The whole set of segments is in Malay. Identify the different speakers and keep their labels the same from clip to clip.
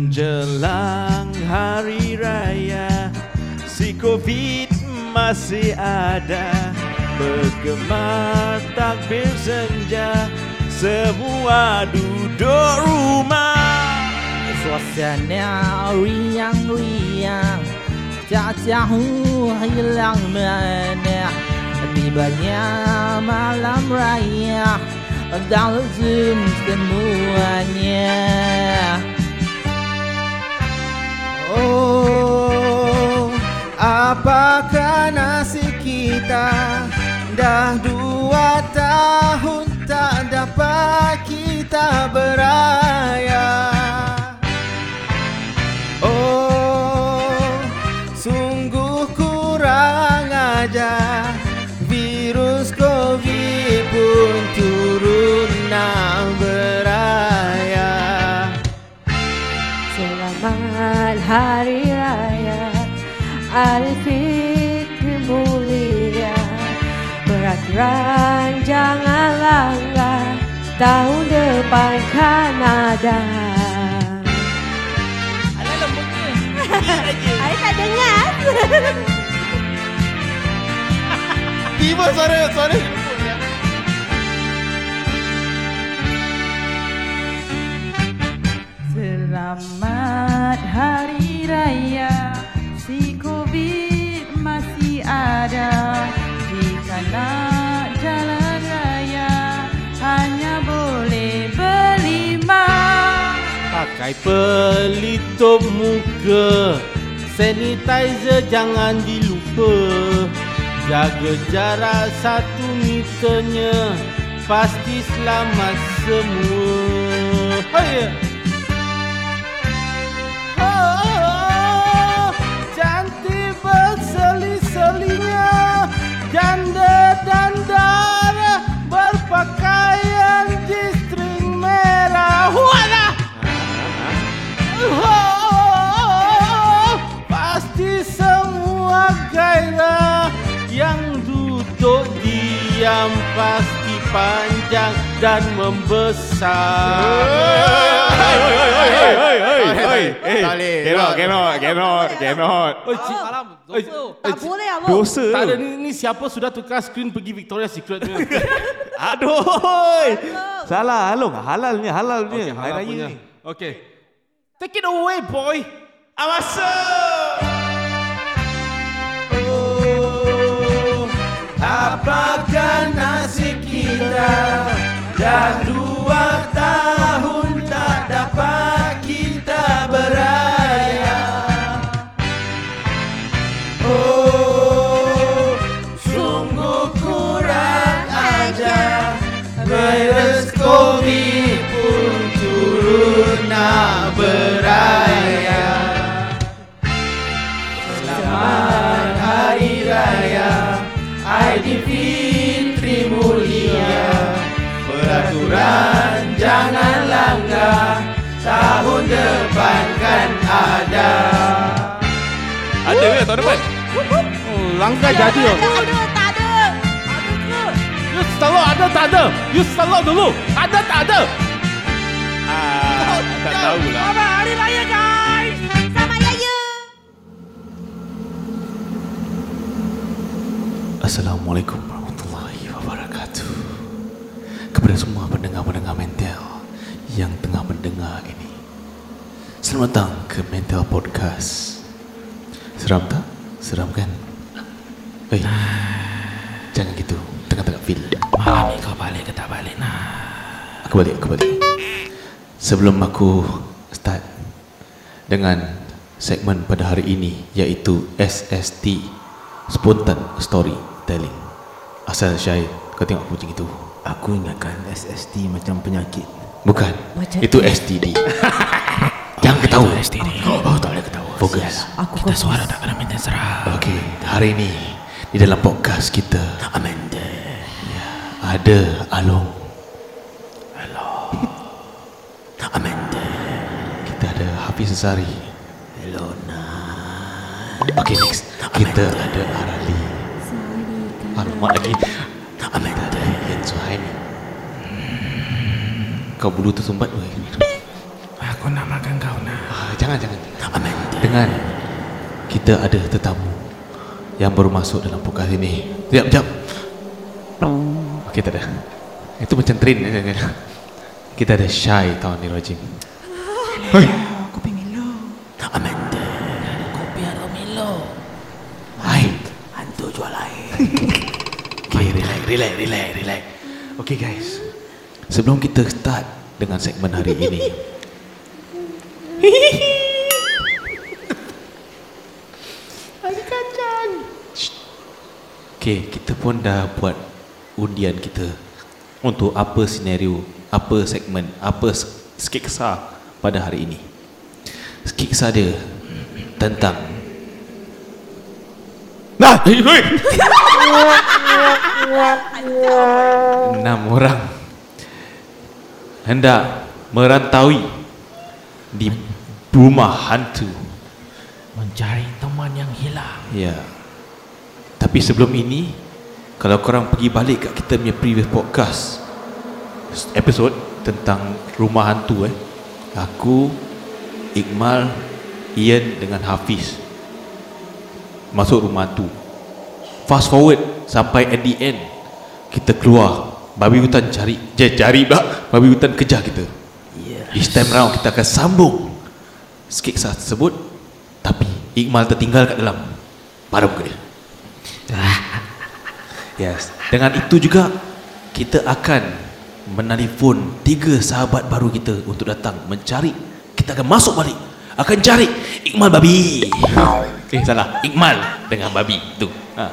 Speaker 1: Menjelang hari raya Si Covid masih ada Bergema takbir senja Semua duduk rumah
Speaker 2: Suasana riang-riang Tak tahu hilang mana Tibanya malam raya Dalam Zoom semuanya Oh, apakah nasib kita Dah dua tahun tak dapat kita beraya Oh, sungguh kurang aja Virus Covid pun turun nak beraya
Speaker 3: Selamat Hari Raya Alfitri mulia Peraturan jangan langgar Tahun depan kan ada
Speaker 2: Alah lembutnya
Speaker 3: Saya tak dengar
Speaker 2: Tiba suara, suara Selamat Hari Raya Si Covid masih ada Jika nak jalan raya Hanya boleh berlima
Speaker 1: Pakai pelitup muka Sanitizer jangan dilupa Jaga jarak satu meternya Pasti selamat semua Oh yeah. Oh, cantik berseli-selinya Janda dan dara berpakaian distrik merah Wadah! Oh, pasti semua gairah yang duduk diam pasti panjang dan membesar.
Speaker 4: Hey, cannot, cannot, cannot, cannot.
Speaker 1: Oi, cik, malam.
Speaker 3: Oh, Tak boleh apa
Speaker 4: Dosa.
Speaker 1: Tak ada ni, ni siapa sudah tukar skrin pergi Victoria Secret punya.
Speaker 4: Aduh. Salah, Along. Halal ni, halal ni. Okay, Hari Raya ni.
Speaker 1: Okay. Take it away, boy. Awasa. Oh, apakah nasib kita dah dua tahun tak dapat kita beraya. Oh, sungguh kurang ajar. Virus COVID pun turun nak beraya Selamat Hari Raya Aidilfitri mulia Peraturan jangan langgar Tahun depan kan ada
Speaker 4: Ada ke tahun depan?
Speaker 1: Langgar jadi oh.
Speaker 3: Ada tak ada
Speaker 1: You selalu ada tak ada? You selalu dulu Ada tak ada?
Speaker 4: Ah, tak tahulah.
Speaker 3: Hari Raya guys Selamat Raya
Speaker 5: Assalamualaikum warahmatullahi wabarakatuh Kepada semua pendengar-pendengar mental Yang tengah mendengar ini Selamat datang ke Mental Podcast Seram tak? Seram kan? Hei Jangan gitu Tengah-tengah feel Malam ni kau balik ke tak balik nah. Aku balik, aku balik Sebelum aku start dengan segmen pada hari ini iaitu SST Spontan Story Telling Asal syair kau tengok aku macam itu
Speaker 2: Aku ingatkan SST macam penyakit
Speaker 5: Bukan
Speaker 3: Macam
Speaker 5: Itu STD Jangan ketawa STD
Speaker 2: Oh tak boleh ketawa
Speaker 5: Fokus
Speaker 3: Aku Kita suara
Speaker 2: tak kena minta serah
Speaker 5: Okey hari ini Di dalam podcast kita Ya,
Speaker 2: Amanda
Speaker 5: Ada Along
Speaker 2: Amanda
Speaker 5: Kita ada Hafiz Azari. Hello Okay next Kita ada Arali Alamak lagi Amin Kita ada Yan Suhaimi Kau bulu tu sumbat weh
Speaker 6: Aku nak makan kau nak.
Speaker 5: eh? Ah, jangan, jangan. jangan.
Speaker 6: Amanda.
Speaker 5: Dengan kita ada tetamu yang baru masuk dalam podcast ini. Sekejap, sekejap. Okey, tak ada. Itu macam train. eh, Kita ada Syai tahun ni, Rajim.
Speaker 6: Amanda. Kopi atau Milo?
Speaker 5: Hai.
Speaker 6: Hantu jual air.
Speaker 5: Okay, relax, relax, relax, relax. Okay, guys. Sebelum kita start dengan segmen hari ini.
Speaker 7: Hari kacang.
Speaker 5: Okay, kita pun dah buat undian kita untuk apa senario, apa segmen, apa sk- skiksa pada hari ini. Skiksa dia tentang Nah, hei, hei. enam orang hendak merantaui di rumah hantu.
Speaker 6: Mencari teman yang hilang.
Speaker 5: Ya. Tapi sebelum ini, kalau korang pergi balik kat kita punya previous podcast episode tentang rumah hantu eh. Aku, Iqmal, Ian dengan Hafiz masuk rumah hantu. Fast forward sampai at the end kita keluar. Babi hutan cari, je cari pula. Babi hutan kejar kita.
Speaker 6: Ya.
Speaker 5: This time round kita akan sambung skiksa tersebut tapi Iqmal tertinggal kat dalam pada muka dia. Yes. Dengan itu juga kita akan menelpon tiga sahabat baru kita untuk datang mencari. Kita akan masuk balik. Akan cari Iqmal babi. Eh salah, Iqmal dengan babi tu. Ha.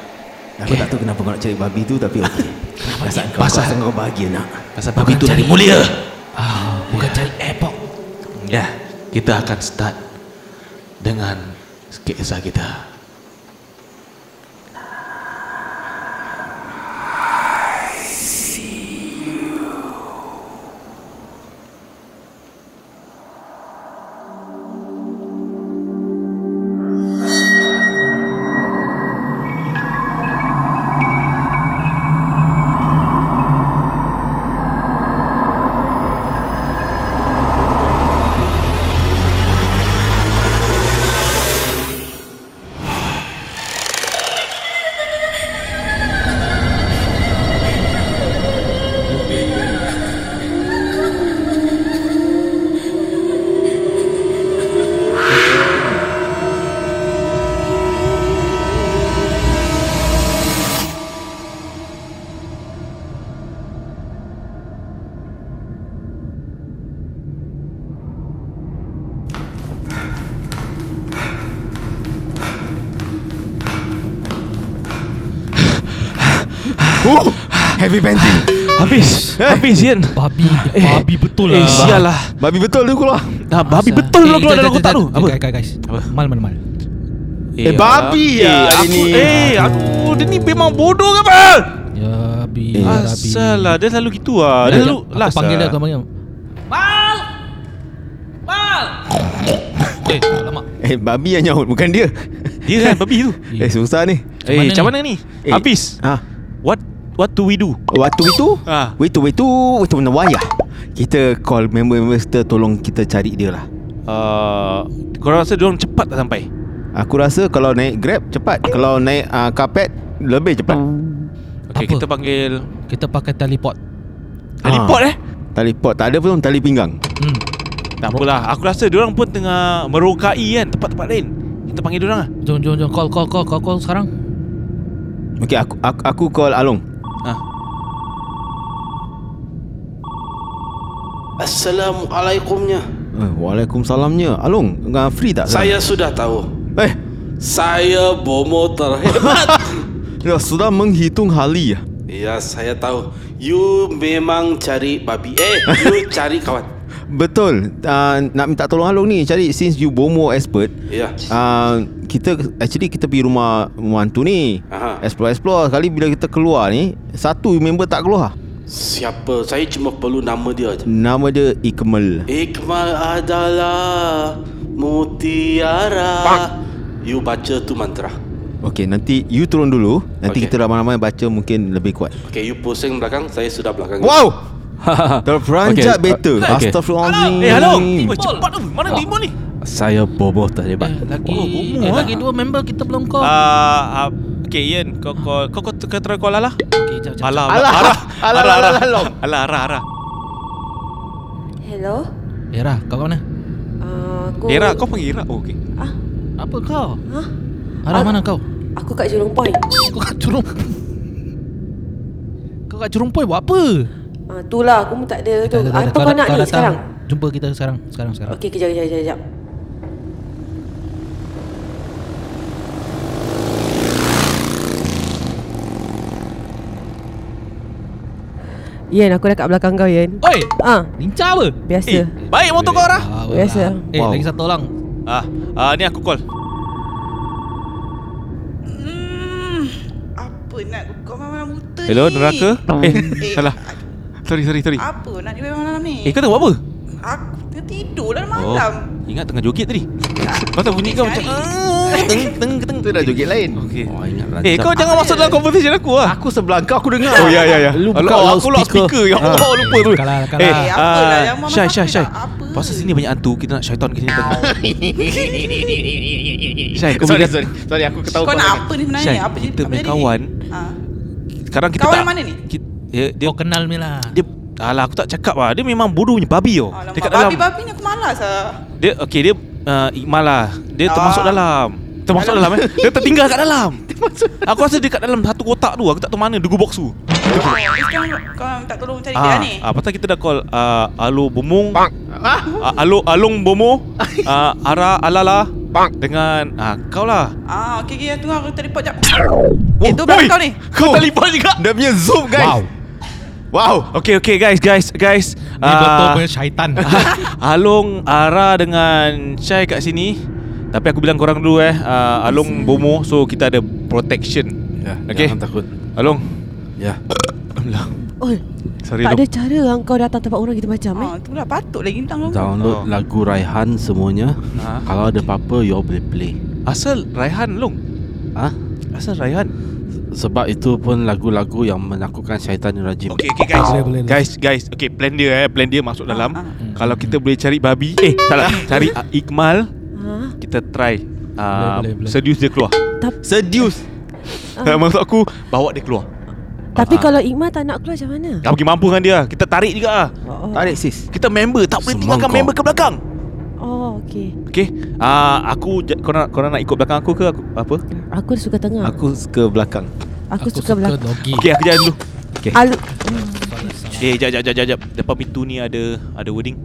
Speaker 6: Aku tak tahu kenapa kau nak cari babi tu tapi okey. kenapa perasaan kau?
Speaker 5: Pasal-
Speaker 6: Pasal kau bahagia nak.
Speaker 5: Pasal babi tu dari mulia. Ah,
Speaker 6: Bukan cari airport.
Speaker 5: Ya, kita akan start dengan kisah kita.
Speaker 4: Heavy panting
Speaker 5: Habis, habis Ian.
Speaker 8: Babi
Speaker 5: Eh,
Speaker 8: Babi betul lah
Speaker 5: Eh, sial lah.
Speaker 4: Babi betul tu keluar
Speaker 1: Ah,
Speaker 5: Dah babi betul
Speaker 1: Eh,
Speaker 5: lah keluar dalam kotak tu. Apa?
Speaker 8: Apa? Guys, guys
Speaker 5: Apa?
Speaker 8: Mal, mal, mal
Speaker 4: Eh, babi ya hari ni
Speaker 1: Eh, aku dia ni memang bodoh kan? ke apa?
Speaker 8: Ya, babi
Speaker 1: Asal lah, dia selalu gitu lah. Dia selalu
Speaker 8: Aku panggil dia, aku panggil
Speaker 7: Mal. Mal.
Speaker 8: Eh, lama
Speaker 4: Eh babi yang nyaut bukan dia
Speaker 1: Dia kan babi tu.
Speaker 4: Eh susah ni
Speaker 1: Eh,
Speaker 8: mana
Speaker 1: macam
Speaker 8: ni?
Speaker 1: mana ni?
Speaker 4: Eh,
Speaker 1: Habis.
Speaker 4: Ha
Speaker 1: What what do we do?
Speaker 4: Waktu itu
Speaker 1: Ah.
Speaker 4: Waktu itu Waktu mana wayah Kita call member-member kita Tolong kita cari dia lah
Speaker 1: Uh, korang rasa diorang cepat tak sampai?
Speaker 4: Aku rasa kalau naik grab cepat Kalau naik uh, karpet Lebih cepat
Speaker 1: Okay,
Speaker 8: Apa?
Speaker 1: kita panggil
Speaker 8: Kita pakai teleport
Speaker 1: Teleport eh
Speaker 4: Teleport tak ada pun tali pinggang
Speaker 8: Hmm
Speaker 1: Tak apalah Aku rasa diorang pun tengah Merokai kan Tempat-tempat lain Kita panggil diorang lah
Speaker 8: Jom, jom, jom Call, call, call, call, call sekarang
Speaker 4: Okay aku, aku, aku call Along
Speaker 1: ha.
Speaker 9: Ah.
Speaker 10: Assalamualaikumnya.
Speaker 4: eh, Waalaikumsalamnya Along uh, free tak?
Speaker 10: Saya sudah tahu.
Speaker 4: Eh
Speaker 10: Saya bomo terhebat.
Speaker 4: ya, Sudah menghitung hali ya
Speaker 10: ya, saya tahu. You memang cari babi. Eh, you cari kawan.
Speaker 4: Betul uh, Nak minta tolong Along ni Cari since you bomo expert
Speaker 10: Ya.
Speaker 4: Uh, kita actually kita pergi rumah rumah hantu ni.
Speaker 10: Aha.
Speaker 5: Eh.
Speaker 4: Explore explore kali bila kita keluar ni, satu member tak keluar.
Speaker 10: Siapa? Saya cuma perlu nama dia aja.
Speaker 4: Nama dia Ikmal.
Speaker 10: Iqmal adalah mutiara. You baca tu mantra.
Speaker 4: Okey, nanti you turun dulu. Nanti
Speaker 10: Okey.
Speaker 4: kita ramai-ramai baca mungkin lebih kuat.
Speaker 10: Okay, you pusing belakang. Saya sudah belakang.
Speaker 4: Wow!
Speaker 1: Terperanjat okay. beta okay. Astaghfirullahaladzim
Speaker 5: Eh hello Timbul cepat tu Mana timbul ni
Speaker 10: Saya boboh tak hebat
Speaker 9: Eh, lagi
Speaker 5: Oh, bomo,
Speaker 9: eh,
Speaker 5: ah.
Speaker 9: lagi dua member kita belum call.
Speaker 5: Ah, ah, Okay Ian Kau call Kau kau kau try call Alah lah.
Speaker 9: Okey, jap, jap, jap.
Speaker 5: Alah
Speaker 1: Alah.
Speaker 5: Alah
Speaker 1: Alah,
Speaker 5: Alah
Speaker 1: alah,
Speaker 5: Alah
Speaker 1: alah.
Speaker 5: Alah Alah Alah
Speaker 11: Hello?
Speaker 9: Era, kau kat mana?
Speaker 11: Uh, go...
Speaker 5: Era kau panggil Era Oh okay
Speaker 11: Ah,
Speaker 9: Apa kau?
Speaker 11: ha?
Speaker 9: Arah
Speaker 11: Al-
Speaker 9: mana kau?
Speaker 11: Aku kat Jurong Point.
Speaker 9: Kau kat curung Kau kat curung poi buat apa?
Speaker 11: Ah, tu lah, aku pun tak ada tu.
Speaker 9: Dah, dah, dah,
Speaker 11: Ah,
Speaker 9: dah.
Speaker 11: apa kau nak ni
Speaker 9: datang.
Speaker 11: sekarang?
Speaker 9: Jumpa kita sekarang, sekarang, sekarang.
Speaker 11: Okey, kejap, kejap, kejap, kejap. Yen, aku dah kat belakang kau, Yen.
Speaker 9: Oi,
Speaker 11: Ah,
Speaker 9: lincah
Speaker 5: Eh
Speaker 9: apa?
Speaker 11: biasa.
Speaker 5: baik motor kau Ara
Speaker 9: Ah,
Speaker 11: Biasa.
Speaker 9: lah. Eh, lagi satu orang.
Speaker 5: Ah, ah ni aku call
Speaker 3: Hmm, apa nak kau malam buta ni?
Speaker 5: Hello neraka Eh salah Sorry sorry sorry
Speaker 3: Apa nak ni memang malam ni?
Speaker 5: Eh kau tengah buat apa
Speaker 3: Aku tengah tidur lah malam.
Speaker 5: Oh, Ingat tengah joget tadi Kau tak bunyi kau macam Eh,
Speaker 1: Teng teng teng Tu dah joget lain
Speaker 5: Okay
Speaker 10: Oh, ingat
Speaker 5: Eh kau jangan masuk dalam conversation aku lah
Speaker 1: Aku sebelah kau aku dengar
Speaker 5: Oh ya ya ya.
Speaker 10: Lu buka
Speaker 5: Alah, aku loud
Speaker 10: loudspeaker.
Speaker 5: speaker. Ya Allah lupa tu.
Speaker 9: Ah. Kalah, kalah.
Speaker 5: Eh,
Speaker 9: Eh,
Speaker 3: apalah,
Speaker 5: ah,
Speaker 3: yang mama
Speaker 5: Syai,
Speaker 3: aku
Speaker 5: Syai,
Speaker 3: tak
Speaker 5: Syai.
Speaker 3: apa.
Speaker 5: Pasal sini banyak hantu, kita nak syaitan ke sini tengah. Syai, kau
Speaker 1: Sorry
Speaker 5: boleh
Speaker 1: sorry Sorry aku ketawa
Speaker 3: Kau nak apa ni sebenarnya?
Speaker 5: Syai,
Speaker 3: Apa jadi-
Speaker 5: kita
Speaker 3: apa
Speaker 5: punya
Speaker 3: jadi?
Speaker 5: kawan.
Speaker 3: Ah.
Speaker 5: Sekarang kita
Speaker 3: Kawan
Speaker 5: tak.
Speaker 3: mana ni?
Speaker 5: Ki- Dia dia
Speaker 9: Kau Oh, kenal lah. Mila.
Speaker 5: dia Alah aku tak cakap lah Dia memang bodoh punya babi tau
Speaker 3: Alamak,
Speaker 5: Dekat dalam
Speaker 3: babi-babi ni aku malas lah.
Speaker 5: Dia okay dia uh, Iqmal lah Dia
Speaker 3: Ah.
Speaker 5: termasuk dalam Termasuk dalam, eh Dia tertinggal kat dalam Aku rasa dia kat dalam satu kotak tu Aku tak tahu mana Dugu box tu
Speaker 3: Eh, sekarang kau minta tolong cari dia ni.
Speaker 5: ah, Pasal kita dah call uh, Alo Bomong ah, Alo Along Bomo uh, Ara Alala Dengan ah, Kau lah
Speaker 3: Ah, okey okey tunggu aku teleport jap. Eh, tu berapa
Speaker 5: Oi,
Speaker 3: kau ni?
Speaker 5: Kau telefon juga
Speaker 1: Dia punya zoom guys Wow Wow
Speaker 5: Okay okay guys guys guys Ah.
Speaker 9: Ni betul punya syaitan.
Speaker 5: Along Ara dengan Syai kat sini Tapi aku bilang korang dulu eh uh, Along Bomo So kita ada protection
Speaker 10: Ya,
Speaker 5: Okay.
Speaker 10: Jangan takut.
Speaker 5: Along
Speaker 10: Ya.
Speaker 11: Oh,
Speaker 5: Sorry
Speaker 11: tak ada
Speaker 5: Along
Speaker 11: cara lah kau datang tempat orang gitu macam eh.
Speaker 3: Ah, tu lah patut lagi hintang kau.
Speaker 5: Oh.
Speaker 10: Download lagu Raihan semuanya.
Speaker 5: Ah.
Speaker 10: Kalau ada apa-apa, you all boleh play.
Speaker 5: Asal Raihan Long
Speaker 10: Ah,
Speaker 5: Asal Raihan
Speaker 10: sebab itu pun lagu-lagu yang menakutkan syaitan yang rajim.
Speaker 5: Okay okay guys
Speaker 9: Boleh, boleh, boleh.
Speaker 5: Guys guys Okay plan dia eh Plan dia masuk dalam
Speaker 3: ah.
Speaker 5: Hmm. Kalau kita boleh cari babi Eh salah Cari uh, Iqmal
Speaker 11: Ha?
Speaker 5: Kita try uh,
Speaker 9: Boleh, boleh, boleh.
Speaker 5: Seduce dia keluar
Speaker 11: Tap-
Speaker 5: Seduce Eh,
Speaker 11: Ah.
Speaker 5: Maksud aku Bawa dia keluar
Speaker 11: Tapi kalau Iqmal tak nak keluar macam mana?
Speaker 5: Kau pergi mampu dengan dia Kita tarik juga ah.
Speaker 11: Oh,
Speaker 1: Tarik sis
Speaker 5: Kita member Tak boleh tinggalkan
Speaker 10: Semangkuk.
Speaker 5: member ke belakang
Speaker 11: oh okey.
Speaker 5: Okay uh, Aku ja- korang, korang nak ikut belakang aku ke aku, Apa
Speaker 11: Aku suka tengah. Aku,
Speaker 1: Aku suka belakang
Speaker 11: aku, suka, belakang.
Speaker 9: dogi.
Speaker 5: Okay aku jalan dulu
Speaker 11: Alu
Speaker 5: Eh jap jap jap jap, jap Depan pintu ni ada Ada wording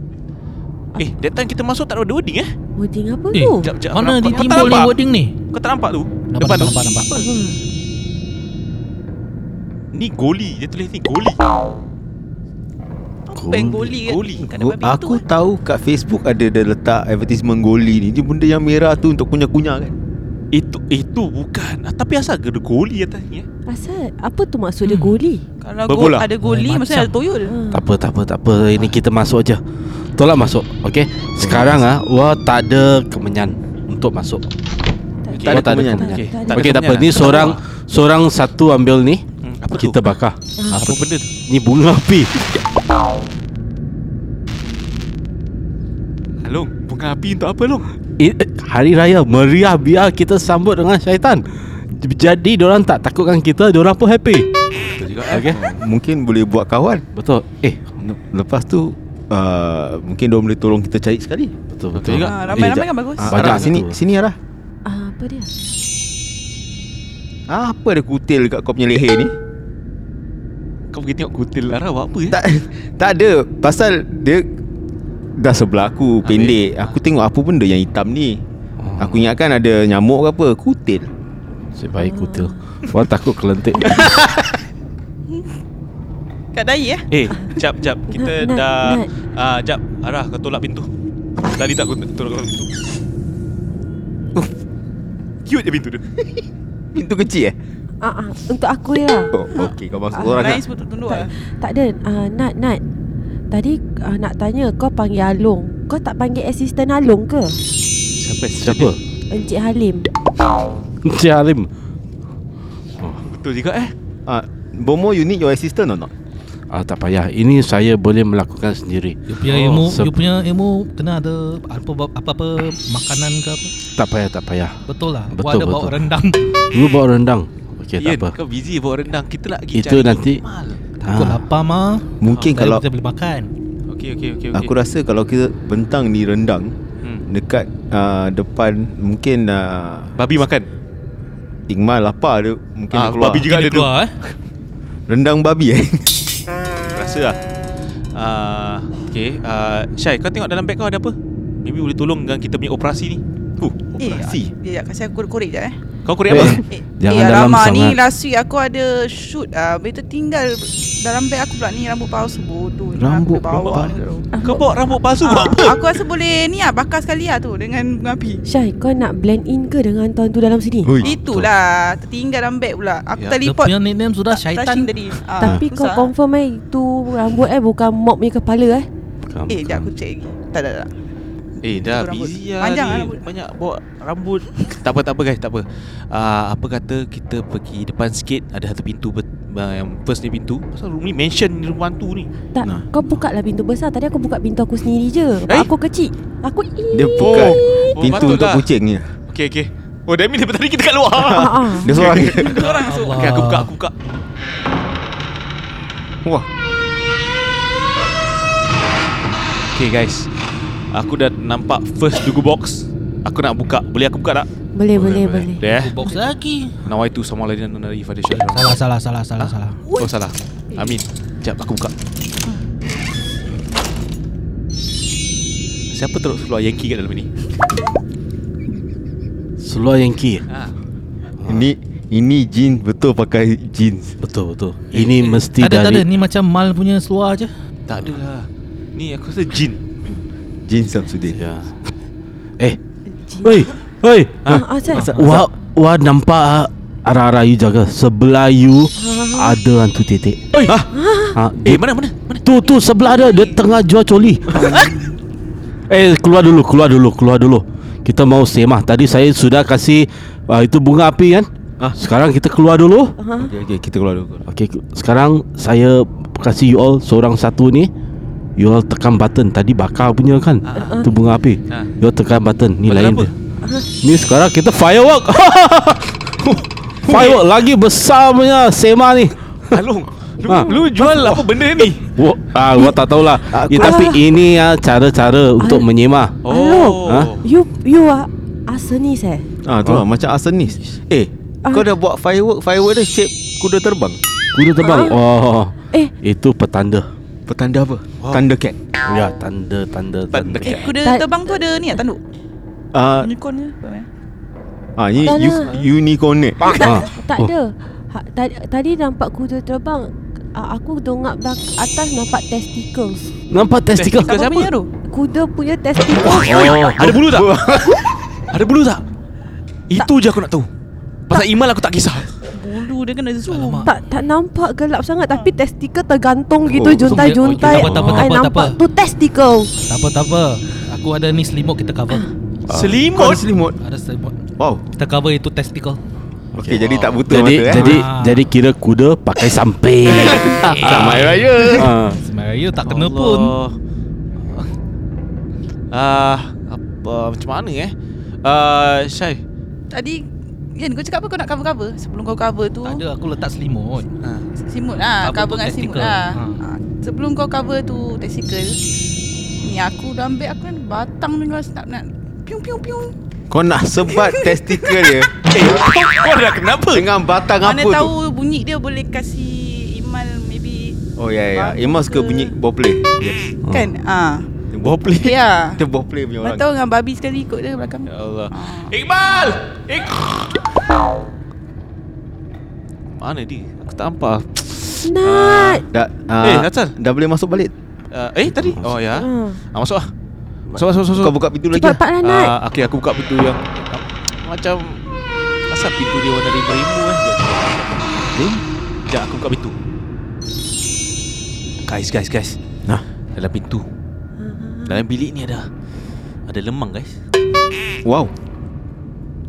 Speaker 5: Eh that time kita masuk tak ada wording eh
Speaker 11: Wording oh, apa
Speaker 9: Eh,
Speaker 11: tu?
Speaker 5: jap, jap.
Speaker 9: Mana
Speaker 5: Nampak-
Speaker 9: ditimbul
Speaker 5: Kau tak
Speaker 9: ni
Speaker 5: nampak?
Speaker 9: wording ni?
Speaker 5: Kau tak nampak tu
Speaker 9: Nampak,
Speaker 5: tu.
Speaker 9: nampak, nampak.
Speaker 11: Apa?
Speaker 5: Ni goli Dia tulis ni goli
Speaker 3: Apa yang goli kan?
Speaker 5: Goli.
Speaker 3: Kat
Speaker 1: Go-
Speaker 3: depan pintu
Speaker 1: Aku
Speaker 3: kan?
Speaker 1: tahu kat Facebook ada dia letak advertisement goli ni Dia benda yang merah tu untuk kunyah-kunyah kan
Speaker 5: Itu itu bukan ah, Tapi asal ada goli atas ni eh
Speaker 11: Asal apa tu maksud dia goli?
Speaker 3: Kalau
Speaker 5: Berbola.
Speaker 3: gol ada goli
Speaker 9: Macam.
Speaker 3: mesti ada toyol.
Speaker 10: Tak apa, tak apa, tak apa. Ini kita masuk aja. Tolak masuk, okay? Sekarang ah, wah tak ada kemenyan untuk masuk.
Speaker 5: Okay.
Speaker 10: Wah, tak ada
Speaker 1: kemenyan.
Speaker 10: kemenyan.
Speaker 11: Tak- tak ada
Speaker 10: Okey, tak apa.
Speaker 5: kemenyan.
Speaker 10: Ni seorang seorang satu ambil ni.
Speaker 5: Hmm, apa tu?
Speaker 10: kita bakar.
Speaker 5: Apa benda tu?
Speaker 10: Ni bunga api.
Speaker 5: Long, bunga api untuk apa Long?
Speaker 10: I- Hari raya meriah biar kita sambut dengan syaitan. Jadi orang tak takutkan kita, orang pun happy.
Speaker 5: eh.
Speaker 10: Okey.
Speaker 1: Mungkin boleh buat kawan
Speaker 10: Betul. Eh,
Speaker 1: Le- Lepas tu uh, Mungkin dia boleh tolong kita cari sekali
Speaker 10: betul betul. Eh,
Speaker 5: juga.
Speaker 3: Ah, ramai-ramai
Speaker 1: jap.
Speaker 3: kan bagus.
Speaker 1: Ah,
Speaker 10: Banyak
Speaker 1: Arah, sini
Speaker 10: tu.
Speaker 1: sini Arah
Speaker 11: Ah, apa dia?
Speaker 1: ah, Apa ada kutil kat kau punya leher ni
Speaker 5: Kau pergi tengok kutil Lara buat apa eh?
Speaker 1: Tak tak ada Pasal dia Dah sebelah aku Pendek Aku tengok apa benda yang hitam ni Aku ingatkan ada nyamuk ke apa Kutil
Speaker 10: Sebaik kutil. Wah takut kelentik.
Speaker 3: Kat dai eh.
Speaker 5: Eh, jap jap. Kita
Speaker 11: Nat,
Speaker 5: dah
Speaker 11: Nat.
Speaker 5: ah jap. Arah kau tolak pintu. Tadi tak aku t- tolak tolak pintu. Uff. Cute je pintu tu.
Speaker 1: Pintu kecil eh
Speaker 11: Ah, ah, untuk aku dia lah.
Speaker 1: oh, Okey kau masuk
Speaker 3: Ah,
Speaker 1: orang
Speaker 3: Lain
Speaker 1: kan
Speaker 3: sebut tunduk
Speaker 11: Tak,
Speaker 3: lah.
Speaker 11: tak ada. Ah, Nat, Nat. Tadi ah, nak tanya kau panggil Along. Kau tak panggil assistant Along ke?
Speaker 5: Siapa?
Speaker 10: Siapa?
Speaker 11: Encik Halim.
Speaker 10: Encik Halim.
Speaker 5: Betul juga eh.
Speaker 1: kan? ah, Bomo you need your assistant or not
Speaker 10: Ah, tak payah. Ini saya boleh melakukan sendiri.
Speaker 9: You punya
Speaker 10: Oh,
Speaker 9: ilmu,
Speaker 10: so-
Speaker 9: you punya ilmu kena ada apa- apa-apa makanan ke apa.
Speaker 10: Tak payah, tak payah.
Speaker 9: Betul lah.
Speaker 10: Betul,
Speaker 9: Wah, ada bawa
Speaker 10: betul.
Speaker 9: rendang.
Speaker 10: Lu bawa rendang. Okey,
Speaker 5: Ian,
Speaker 10: Ya, tak apa. Ah,
Speaker 5: kau busy bawa rendang. Kita nak pergi
Speaker 10: Itu
Speaker 5: cari
Speaker 10: nanti-
Speaker 5: Mal.
Speaker 9: Takut lapar mah.
Speaker 4: Mungkin
Speaker 5: Ah,
Speaker 9: Baru
Speaker 4: kalau
Speaker 9: kita boleh makan.
Speaker 5: Okey okey okey okey.
Speaker 4: Aku rasa kalau kita bentang ni rendang
Speaker 5: hmm.
Speaker 4: Dekat uh, depan Mungkin uh,
Speaker 5: babi makan.
Speaker 4: Iqmal lapar dia Mungkin
Speaker 5: Ah,
Speaker 4: dia keluar
Speaker 5: babi juga ada tu.
Speaker 9: keluar eh.
Speaker 4: Rendang babi eh
Speaker 5: Rasa lah. Ah, okey. Ah, Syai, kau tengok dalam beg kau ada apa? Maybe boleh tolong dengan kita punya operasi ni.
Speaker 3: Eh,
Speaker 4: Huh,
Speaker 5: ah.
Speaker 4: operasi
Speaker 3: dia nak kasi aku korek je eh.
Speaker 5: Kau korek apa?
Speaker 3: Eh,
Speaker 10: Jangan
Speaker 3: eh,
Speaker 10: dalam
Speaker 3: alamak, ni
Speaker 10: sangat.
Speaker 3: last week aku ada shoot ah. Bila tu tinggal dalam beg aku pula ni rambut palsu bodoh. ni
Speaker 10: Rambut
Speaker 3: aku bawa
Speaker 10: palsu.
Speaker 3: ni.
Speaker 5: Kau bawa rambut palsu buat
Speaker 3: Ah,
Speaker 5: apa?
Speaker 3: aku rasa boleh ni ah bakar sekali ah tu dengan bunga api.
Speaker 11: Syai, kau nak blend in ke dengan tuan tu dalam sini?
Speaker 4: Ui,
Speaker 3: Itulah tertinggal dalam beg pula. Aku
Speaker 10: Ya,
Speaker 3: tak
Speaker 9: Dia
Speaker 3: lipot.
Speaker 9: punya nickname sudah syaitan.
Speaker 3: tadi. Ah,
Speaker 11: Tapi kau
Speaker 3: susah.
Speaker 11: confirm eh Itu rambut eh Bukan mop punya kepala eh
Speaker 10: Bukan,
Speaker 3: Eh,
Speaker 10: bukan.
Speaker 3: jap aku check lagi. Tak tak tak.
Speaker 5: Eh dah
Speaker 3: Itu rambut.
Speaker 5: busy lah
Speaker 3: Panjang
Speaker 5: ni.
Speaker 3: lah rambut.
Speaker 5: Banyak bawa rambut Tak apa tak apa guys tak apa uh, Apa kata kita pergi depan sikit Ada satu pintu ber- uh, yang first ni pintu Pasal room ni mansion ni rumah hantu ni
Speaker 11: Tak
Speaker 4: Nah.
Speaker 11: nah. Kau buka lah pintu besar Tadi aku buka pintu aku sendiri je
Speaker 5: Eh?
Speaker 11: eh? Aku kecil Aku ii
Speaker 4: Dia buka
Speaker 5: Oh,
Speaker 4: pintu
Speaker 5: patut
Speaker 4: untuk
Speaker 5: lah.
Speaker 4: kucing ni
Speaker 5: Okay okay Oh Dami daripada tadi kita kat luar
Speaker 11: Ah, ah.
Speaker 4: Dia seorang je.
Speaker 3: Orang masuk.
Speaker 5: Okay aku buka aku buka
Speaker 4: Wah
Speaker 5: Okay guys Aku dah nampak first dugu box Aku nak buka Boleh aku buka tak?
Speaker 11: Boleh boleh boleh
Speaker 5: Boleh eh
Speaker 9: Box lagi.
Speaker 5: Nawai tu sama lain dan dari Fadil Syah
Speaker 9: Salah salah salah salah salah.
Speaker 5: Oh salah
Speaker 3: Eh.
Speaker 5: Amin Sekejap aku buka Siapa terus keluar Yankee kat dalam ni?
Speaker 10: Seluar Yankee.
Speaker 5: Ha.
Speaker 4: Ini ini jeans betul pakai jeans
Speaker 10: Betul, betul. Ini mesti
Speaker 9: Eh, Tak ada tak ada
Speaker 10: dari
Speaker 9: ni macam mal punya seluar je.
Speaker 5: Tak ada lah Ni aku rasa jin
Speaker 4: Jeans Samsudin
Speaker 10: Ya. Eh.
Speaker 11: Jin.
Speaker 10: Oi. Oi.
Speaker 11: Ah, ah, Syai.
Speaker 10: Wah, wah nampak ah, arah-arah you jaga. Sebelah you ada hantu titik.
Speaker 5: Oi.
Speaker 9: Ah.
Speaker 10: Ha,
Speaker 5: Eh
Speaker 10: dia,
Speaker 5: mana mana mana
Speaker 10: tu tu sebelah ada dia tengah jual coli. eh, keluar dulu, keluar dulu, keluar dulu. Kita mau semah. Tadi saya sudah kasih ah, itu bunga api kan?
Speaker 5: Ah.
Speaker 10: Sekarang kita keluar dulu.
Speaker 4: okay, okay, kita keluar dulu
Speaker 10: Okey, ke- sekarang saya kasih you all seorang satu ni. You all tekan button tadi bakar punya kan? Tu bunga api.
Speaker 5: Ah.
Speaker 10: You all tekan button ni
Speaker 5: Button
Speaker 10: lain
Speaker 5: apa?
Speaker 10: dia. Ni sekarang kita firework. firework lagi besar punya sema ni.
Speaker 5: Along Lu,
Speaker 10: Ha.
Speaker 5: lu jual apa Eh, benda ni?
Speaker 10: Wah, ah, gua tak tahulah. Eh, tapi ini ah, cara-cara untuk menyema.
Speaker 11: Along.
Speaker 5: Oh.
Speaker 10: Ha?
Speaker 11: You You are Arsenis eh
Speaker 4: Ah tu lah macam arsenis Eh
Speaker 11: Ah.
Speaker 4: kau dah buat firework Firework dia shape kuda terbang
Speaker 10: Kuda terbang. Oh.
Speaker 11: Eh
Speaker 10: Itu petanda.
Speaker 4: Petanda apa? Tanda cat
Speaker 10: Ya, tanda tanda
Speaker 5: Tanda
Speaker 10: tanda.
Speaker 3: Eh,
Speaker 5: cat.
Speaker 3: kuda
Speaker 11: Tak-
Speaker 3: terbang tu ada ni tak tanduk?
Speaker 4: Ah,
Speaker 3: Unicorn ke? apa, eh?
Speaker 4: ah ini
Speaker 11: Tak
Speaker 4: u- unicorn ni
Speaker 10: Ah.
Speaker 11: Tak, tak
Speaker 10: Oh.
Speaker 11: ada ha, tadi, tadi nampak kuda terbang Ah, Aku dongak belak atas nampak testicles
Speaker 10: Nampak testicle
Speaker 3: Siapa punya tu?
Speaker 11: Kuda punya testicles
Speaker 5: Oh. Ada bulu tak? Ada bulu tak? Itu je aku nak tahu. Pasal Imal aku tak kisah.
Speaker 3: Bulu dia kena zoom.
Speaker 9: Alamak.
Speaker 11: tak tak nampak gelap sangat tapi testicle tergantung
Speaker 4: Oh,
Speaker 11: gitu juntai-juntai.
Speaker 9: tak apa, tak apa, tak
Speaker 11: I
Speaker 9: apa, tak
Speaker 11: nampak
Speaker 9: apa.
Speaker 11: tu testicle.
Speaker 9: Tak apa tak apa. Aku ada ni selimut kita cover.
Speaker 4: Kau ada
Speaker 5: Selimut.
Speaker 4: selimut
Speaker 9: Ada selimut.
Speaker 4: Wow
Speaker 9: Kita cover itu testicle.
Speaker 4: Okay, jadi tak buta
Speaker 10: Jadi
Speaker 4: mata
Speaker 10: jadi
Speaker 9: Ah.
Speaker 10: jadi kira kuda pakai samping.
Speaker 4: eh Selamat Hari Raya
Speaker 10: Ah.
Speaker 9: Sebenarnya tak kena pun.
Speaker 5: Ah, apa macam mana eh? Ah, Syai.
Speaker 3: Tadi Yan, kau cakap apa kau nak cover-cover? Sebelum kau cover tu,
Speaker 9: Tak ada aku letak selimut.
Speaker 3: simut lah. Cover
Speaker 9: Cover tu
Speaker 3: dengan simut
Speaker 9: testicle.
Speaker 3: lah.
Speaker 9: Ha.
Speaker 3: Ha. Sebelum kau cover tu testicle, ni aku dah ambil aku kan batang dengan snap nak piung piung piung.
Speaker 4: Kau nak sebat testicle dia
Speaker 5: Eh, kau, kau dah kenapa?
Speaker 4: Dengan batang
Speaker 3: Mana
Speaker 4: apa tu
Speaker 3: tahu bunyi dia boleh kasi Imal maybe
Speaker 4: Oh ya ya
Speaker 3: Bambu
Speaker 4: Emas ke
Speaker 3: ke?
Speaker 4: bunyi ball play Yes
Speaker 5: Oh.
Speaker 3: kan ah.
Speaker 4: Dia Ball play
Speaker 11: Ya.
Speaker 3: Okay lah.
Speaker 4: Kita ball play punya orang
Speaker 3: Batang dengan babi sekali ikut dia belakang.
Speaker 5: Ya Allah.
Speaker 4: Ah.
Speaker 5: Iqbal! Iq Mana dia? Aku tak nampak.
Speaker 11: Nat.
Speaker 4: Dah, ah,
Speaker 5: Eh, Hasan.
Speaker 4: Dah boleh masuk balik
Speaker 5: Uh, eh, tadi? Oh, ya.
Speaker 11: Ah.
Speaker 5: Ah, masuk lah. Masuk, masuk, masuk.
Speaker 4: Kau buka pintu lagi
Speaker 11: Cepat Pak lah, Nat.
Speaker 5: Ah, okay, aku buka pintu yang macam asal pintu dia warna ribu-ribu kan. Jom. Sekejap, aku buka pintu. Guys, guys, guys.
Speaker 4: Nah.
Speaker 5: Dalam pintu. Dalam bilik ni ada ada lemang guys.
Speaker 4: Wow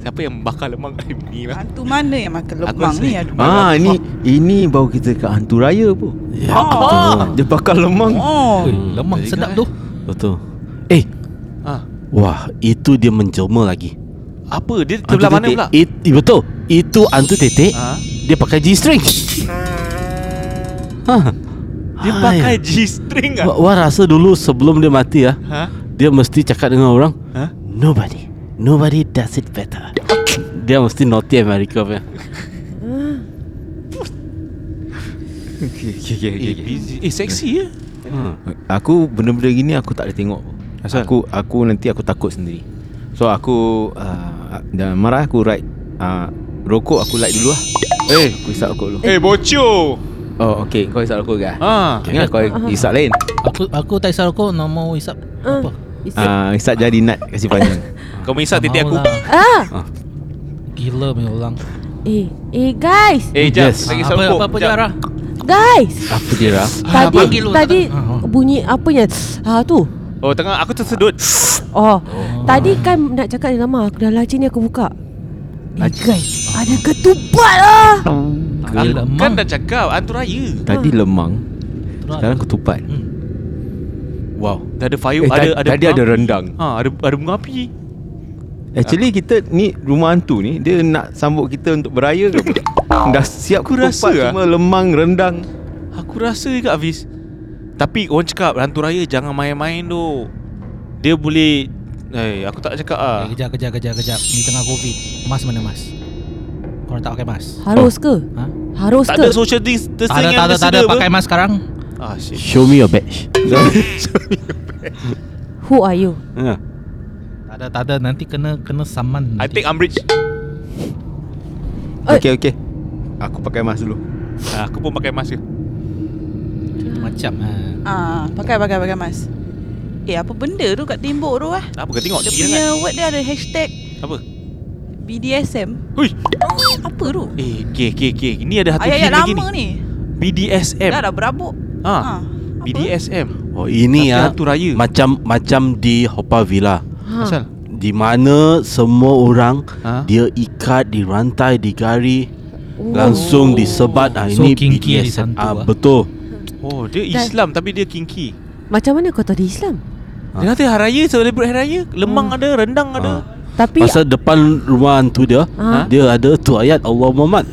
Speaker 5: Siapa yang bakar lemang ni lah
Speaker 3: Hantu mana yang makan
Speaker 5: Aku
Speaker 3: lemang
Speaker 5: rasa-
Speaker 3: ni aduh.
Speaker 4: Ah ni ini baru kita ke hantu raya pun.
Speaker 3: Ya. Oh.
Speaker 4: Dia bakar lemang.
Speaker 3: oh.
Speaker 9: Oi, lemang sedap tu.
Speaker 10: Betul. Eh,
Speaker 5: ha.
Speaker 10: wah, itu dia menjelma lagi.
Speaker 5: Apa? Dia
Speaker 4: Ah,
Speaker 5: sebelah mana
Speaker 10: tetek.
Speaker 5: pula?
Speaker 10: It, eh, betul. Itu hantu tetek.
Speaker 5: Ha?
Speaker 10: Dia pakai G-string. ha.
Speaker 5: Dia
Speaker 10: Hai.
Speaker 5: pakai G-string ah.
Speaker 10: Wah, wah rasa dulu sebelum dia mati ah.
Speaker 5: Ha?
Speaker 10: Dia mesti cakap dengan orang
Speaker 5: Ha?
Speaker 10: Nobody Nobody does it better Dia mesti naughty America punya
Speaker 4: Okey okey okey.
Speaker 5: Eh, busy. eh seksi ya.
Speaker 4: Aku benda-benda gini aku tak boleh tengok.
Speaker 5: Asal?
Speaker 4: Aku aku nanti aku takut sendiri. So aku uh, dah marah aku right uh, rokok aku light dulu lah. Eh, aku isap rokok dulu.
Speaker 5: Eh bocor.
Speaker 4: Oh, okey. Kau isap rokok ke? Ha?
Speaker 5: Ha.
Speaker 4: Ingat kau isap lain.
Speaker 9: Aku aku tak isap rokok, nak mau isap
Speaker 11: Ah.
Speaker 9: apa?
Speaker 11: Is it-
Speaker 4: Ah, uh, isap jadi nut kasi panjang.
Speaker 5: Kau mengisap
Speaker 9: Tak
Speaker 5: titik aku.
Speaker 9: mau lah.
Speaker 11: Ah.
Speaker 9: Gila punya orang.
Speaker 11: Eh, eh guys.
Speaker 5: Eh jap,
Speaker 10: Yes.
Speaker 5: lagi
Speaker 9: Ah,
Speaker 5: sokok.
Speaker 9: Apa apa jarah?
Speaker 11: Guys.
Speaker 4: Apa dia Raf?
Speaker 11: Tadi
Speaker 9: panggil lu,
Speaker 11: tadi
Speaker 9: tak- ah, ah.
Speaker 11: bunyi apa yang ha tu.
Speaker 5: Oh tengah aku tersedut.
Speaker 11: Oh, tadi kan nak cakap ni lama aku dah laci ni aku buka. Eh guys, ada ketupat lah.
Speaker 9: Gila lemang.
Speaker 5: Kan dah cakap hantu raya.
Speaker 4: Tadi lemang,
Speaker 9: Terus.
Speaker 4: sekarang ketupat.
Speaker 9: Hmm.
Speaker 5: Wow. Dah ada
Speaker 4: Eh,
Speaker 5: fire, ada
Speaker 4: ada,
Speaker 5: ada
Speaker 4: tadi ada
Speaker 5: bunga-
Speaker 4: rendang.
Speaker 5: Ha, ada ada bunga api.
Speaker 4: Actually kita ni rumah hantu ni dia nak sambut kita untuk beraya ke? apa? Dah siap
Speaker 5: Aku
Speaker 4: ketupat
Speaker 5: rasa ah.
Speaker 4: semua lemang rendang.
Speaker 5: Aku rasa juga Hafiz. Tapi orang cakap hantu raya jangan main-main tu. Dia boleh Eh, aku tak cakap ah.
Speaker 9: Eh, kejap, kejap, kejap, kejap. Ni tengah COVID. Mas mana mas? Korang tak pakai mas?
Speaker 11: Harus ke?
Speaker 9: Ha?
Speaker 11: Harus
Speaker 5: Tak
Speaker 11: ke?
Speaker 5: ada social dis-
Speaker 9: Tak ada,
Speaker 5: distancing
Speaker 9: tak ada,
Speaker 5: yang
Speaker 9: tak ada.
Speaker 5: tersedia apa?
Speaker 9: Pakai mas sekarang.
Speaker 5: Ah, shit.
Speaker 10: Show me your badge
Speaker 11: Who are you?
Speaker 10: ha.
Speaker 9: Tak ada, tak ada. Nanti kena kena saman.
Speaker 5: I take umbrage.
Speaker 11: Eh.
Speaker 4: Okey okey. Aku pakai mask dulu.
Speaker 5: Ah, aku pun pakai mask je.
Speaker 9: macam. Ha.
Speaker 3: Ah, pakai pakai pakai mas. Eh apa benda tu kat tembok tu ah?
Speaker 5: Apa kau tengok?
Speaker 3: Dia
Speaker 5: Dia kan?
Speaker 3: punya word dia ada hashtag
Speaker 5: Apa?
Speaker 3: BDSM.
Speaker 5: Hui.
Speaker 3: Apa tu?
Speaker 5: Eh, okay, okay, okay. Ini ada hati
Speaker 3: Ayat-ayat
Speaker 5: film lagi
Speaker 3: lama
Speaker 5: ni.
Speaker 3: ni.
Speaker 5: BDSM.
Speaker 3: Dah dah berabuk.
Speaker 5: Ha.
Speaker 3: Ha. apa?
Speaker 5: BDSM.
Speaker 10: Oh
Speaker 5: Tapi
Speaker 10: ini ya
Speaker 5: hantu raya.
Speaker 10: Macam macam di Hopa Villa
Speaker 11: Ha.
Speaker 5: Asal?
Speaker 10: Di mana semua orang
Speaker 5: Ha?
Speaker 10: Dia ikat, dirantai, digari
Speaker 11: Oh.
Speaker 10: Langsung disebat ah,
Speaker 9: So,
Speaker 10: Ini
Speaker 9: kinky di hantu,
Speaker 10: ah,
Speaker 9: ah.
Speaker 10: Betul
Speaker 5: Oh, dia
Speaker 11: Dah.
Speaker 5: Islam tapi dia kinky.
Speaker 11: Macam mana kau tahu dia Islam?
Speaker 5: Ha. Dia kata hari raya, celebrate hari raya. Lemang
Speaker 3: Hmm.
Speaker 5: ada, rendang ada.
Speaker 10: Ah,
Speaker 11: Tapi
Speaker 10: Pasal depan rumah hantu dia
Speaker 11: Ha?
Speaker 10: Dia ada tu ayat Allah Muhammad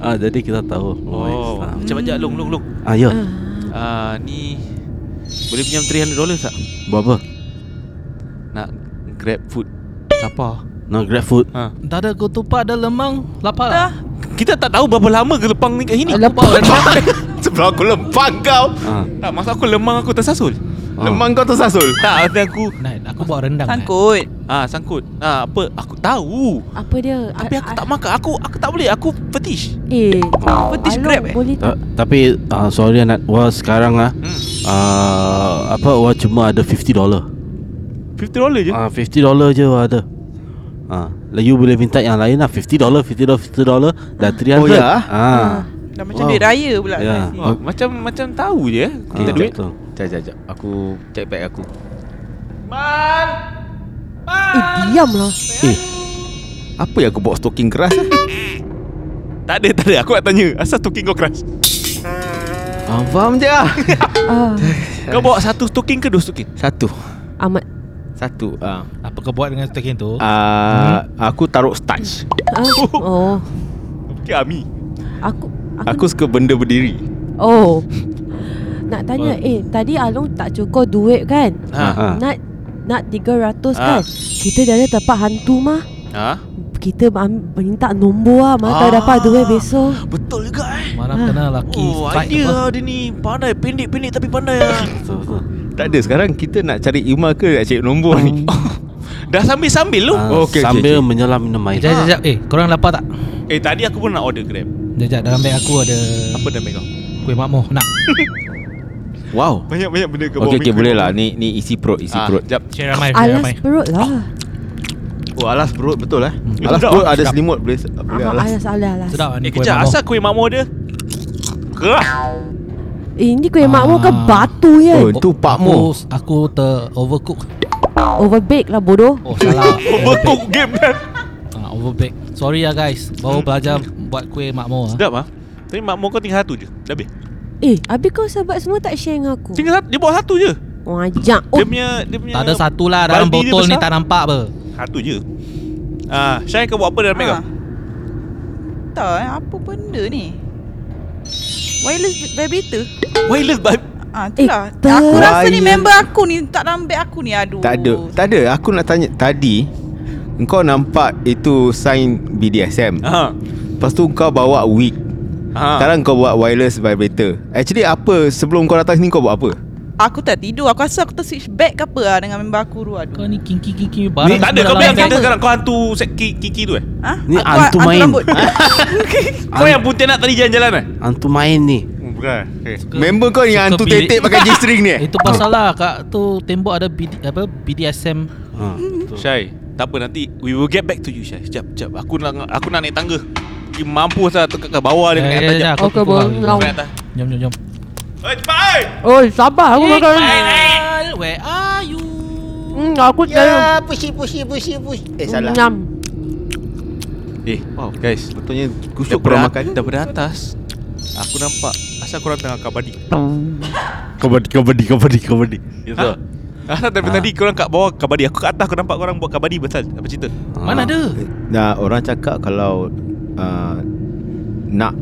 Speaker 10: ah, Jadi kita tahu
Speaker 5: Oh, macam macam long long long.
Speaker 10: ah, Ya,
Speaker 11: Ah.
Speaker 5: Ah, ni boleh pinjam 300 dolar tak?
Speaker 10: buat apa?
Speaker 5: Nak grab food. Apa?
Speaker 10: Nak grab food
Speaker 5: Ha.
Speaker 9: Tak ada ketupat, ada lemang. Lapar
Speaker 3: Dah.
Speaker 9: lah.
Speaker 5: Kita tak tahu berapa lama ke lepang ni kat sini.
Speaker 11: Lepas
Speaker 4: Sebelum aku lempang kau.
Speaker 10: ah.
Speaker 5: Tak, masa aku lemang aku tersasul.
Speaker 4: Lemang kau tersasul.
Speaker 5: Tak, nanti aku
Speaker 9: Nat, aku buat rendang. Nat.
Speaker 3: Sangkut.
Speaker 5: ah sangkut. Ah apa? Aku tahu.
Speaker 11: apa dia?
Speaker 5: Tapi
Speaker 11: Ah,
Speaker 5: aku
Speaker 11: ah,
Speaker 5: tak makan. Aku aku tak boleh. Aku fetish.
Speaker 11: Eh,
Speaker 3: Fetish
Speaker 11: Along
Speaker 3: grab eh?
Speaker 11: Boleh
Speaker 10: Ta-
Speaker 11: tak?
Speaker 10: tapi uh, sorry Anat Wah sekarang lah
Speaker 5: Hmm.
Speaker 10: uh, Apa Wah cuma ada 50 dolar
Speaker 5: 50 dolar je.
Speaker 10: Ah, 50 dolar je Wah ada Ah, lah you boleh minta yang lain lah 50 dolar 50 dolar 50 dolar Dah 300
Speaker 4: Oh, ya?
Speaker 10: ah.
Speaker 3: Dah macam
Speaker 10: Wow.
Speaker 3: duit raya pula.
Speaker 10: Ya.
Speaker 3: Yeah.
Speaker 5: Oh, macam macam tahu je eh. Aku minta
Speaker 10: Ah,
Speaker 5: duit.
Speaker 10: betul.
Speaker 4: Jap jap jap. Aku check bag aku.
Speaker 11: Eh, diam lah.
Speaker 4: Apa yang aku bawa stocking keras? eh?
Speaker 5: Tak ada, tak ada. Aku nak tanya. Asal stoking kau keras?
Speaker 4: ah, faham je lah.
Speaker 11: Ah,
Speaker 5: Kau bawa satu stoking ke dua stoking?
Speaker 4: Satu.
Speaker 11: amat.
Speaker 4: Satu. Ah.
Speaker 9: Apa kau buat dengan stoking tu?
Speaker 4: Ah, aku taruh starch.
Speaker 11: Ah, oh,
Speaker 5: Okay, Ami.
Speaker 11: aku,
Speaker 4: Aku
Speaker 11: aku
Speaker 4: suka benda berdiri.
Speaker 11: Oh Nak tanya Eh tadi Along tak cukup duit kan
Speaker 5: Ha.
Speaker 10: Ah, ah.
Speaker 11: Nak Nak
Speaker 5: Ah.
Speaker 11: 300 kan Kita dari tempat hantu mah
Speaker 5: Ha?
Speaker 11: Kita am- minta nombor lah
Speaker 5: Ah.
Speaker 11: Mata dapat duit besok
Speaker 5: Betul juga eh.
Speaker 9: Malam
Speaker 11: Ah.
Speaker 9: kena laki
Speaker 5: Oh,
Speaker 9: fight
Speaker 5: idea
Speaker 9: apa?
Speaker 5: lah dia ni. Pandai, pendek-pendek tapi pandai lah.
Speaker 10: Betul, betul.
Speaker 4: Tak ada sekarang kita nak cari Ima ke nak cari nombor ni.
Speaker 5: Dah sambil-sambil lu.
Speaker 10: Ah,
Speaker 4: Oh, okey, okey,
Speaker 10: Sambil
Speaker 4: okey.
Speaker 10: menyelam minum air
Speaker 9: Sekejap, sekejap. Eh, korang lapar tak?
Speaker 5: Eh, tadi aku pun nak order Grab.
Speaker 9: Sekejap, dalam beg aku ada
Speaker 5: Apa dah kau?
Speaker 9: kuih makmuh. Nak.
Speaker 4: Wow.
Speaker 5: Banyak-banyak benda kau
Speaker 4: Okey okey boleh lah. Ni ni isi perut, isi
Speaker 5: Ah,
Speaker 4: perut.
Speaker 5: jap.
Speaker 9: Share ramai, share ramai.
Speaker 11: Alas perut lah
Speaker 4: Oh, alas perut betul eh.
Speaker 9: Hmm.
Speaker 4: Alas
Speaker 5: Sedap.
Speaker 4: perut ada
Speaker 9: Sedap.
Speaker 4: selimut boleh boleh
Speaker 11: Ah,
Speaker 4: alas.
Speaker 11: Alas alas alas
Speaker 9: Sedap ni
Speaker 5: Eh,
Speaker 9: kuih
Speaker 5: kejap.
Speaker 9: makmuh.
Speaker 5: Asal kuih makmur dia? Kerah.
Speaker 11: Eh ni kuih
Speaker 9: Ah.
Speaker 11: makmur ke batu ya
Speaker 4: Oh, tu Pak Mo.
Speaker 9: Aku, aku ter overcook.
Speaker 11: Overbake lah bodoh
Speaker 9: Oh, salah.
Speaker 5: Betul game kan?
Speaker 9: Ah, Ah, overbake. Sorry lah guys.
Speaker 5: Hmm.
Speaker 9: Baru belajar buat kuih makmur ah.
Speaker 5: Sedap ah. Tapi mak kau tinggal satu je. Dah habis.
Speaker 11: Eh, habis kau sahabat semua tak share dengan aku.
Speaker 5: Tinggal satu, dia bawa satu je.
Speaker 11: Oh, ajak. Oh,
Speaker 5: Dia punya dia punya
Speaker 9: Tak ada satu lah dalam
Speaker 5: Baldi dia
Speaker 9: botol ni
Speaker 5: besar.
Speaker 9: tak nampak apa.
Speaker 5: Satu je. Ah, Syai kau buat apa dalam ha. kau?
Speaker 3: Ah. Tak eh, apa benda ni? Wireless vi- vibrator.
Speaker 5: Wireless babe.
Speaker 3: Ah,
Speaker 11: Eh,
Speaker 3: itulah.
Speaker 11: tak.
Speaker 3: aku rasa ni
Speaker 4: Wireless.
Speaker 3: member aku ni tak dalam beg aku ni. Aduh.
Speaker 4: Tak ada Tak ada Aku nak tanya Tadi Engkau nampak Itu sign BDSM
Speaker 5: Ha.
Speaker 4: Lepas tu kau bawa wig
Speaker 5: Ha.
Speaker 4: Sekarang kau buat wireless vibrator Actually apa Sebelum kau datang sini Kau buat apa
Speaker 3: Aku tak tidur. Aku rasa aku terswitch back ke apa lah dengan member aku tu. Aduh.
Speaker 9: Kau ni
Speaker 5: Ni
Speaker 9: kinki-kinki barang.
Speaker 5: tak ada
Speaker 9: semua
Speaker 5: kau
Speaker 9: dalam
Speaker 5: bilang
Speaker 9: beg.
Speaker 5: kata sekarang kau hantu set ki- kiki tu eh.
Speaker 3: Ha?
Speaker 10: Ni
Speaker 3: Aku
Speaker 10: hantu
Speaker 3: hantu
Speaker 10: main.
Speaker 3: rambut. Ah,
Speaker 5: Kau yang putih nak tadi jalan-jalan eh?
Speaker 10: Hantu main ni
Speaker 5: Bukan. Okay.
Speaker 9: Suka-
Speaker 4: Member kau
Speaker 9: suka
Speaker 4: yang hantu
Speaker 9: bilik.
Speaker 4: tetek Pakai G-string ni eh?
Speaker 9: Itu pasal lah kat tu tembok ada BD, apa BDSM.
Speaker 10: ha.
Speaker 5: Syai, tak apa nanti we will get back to you Syai. Sekejap, sekejap. Aku nak aku nak naik tangga. Dia mampu saya tekan kat bawah dia
Speaker 9: Eh, ya,
Speaker 5: naik atas. sekejap.
Speaker 11: Okey, bolong.
Speaker 5: Naik atas.
Speaker 9: Jom jom jom.
Speaker 5: Eh, cepat! oi!
Speaker 11: oh sabar aku makan.
Speaker 5: eh,
Speaker 9: Iqbal, where are you?
Speaker 11: Hmm, aku yeah.
Speaker 4: Pushy pushy pushy pushy Eh
Speaker 11: Salah.
Speaker 4: salah
Speaker 11: Nyam.
Speaker 5: Eh, wow guys.
Speaker 4: Betulnya Kusuk
Speaker 5: Daripada,
Speaker 4: kurang
Speaker 5: makan.
Speaker 4: makan
Speaker 5: daripada atas Aku nampak Asal korang tengah kabadi
Speaker 10: Kabadi kabadi kabadi kabadi
Speaker 5: Ya ha? Asal daripada ha. tadi korang kat bawah kabadi Aku kat atas aku nampak korang buat kabadi Betul Apa cerita
Speaker 10: Ah.
Speaker 9: Mana ada?
Speaker 4: Nah, orang cakap kalau uh, Nak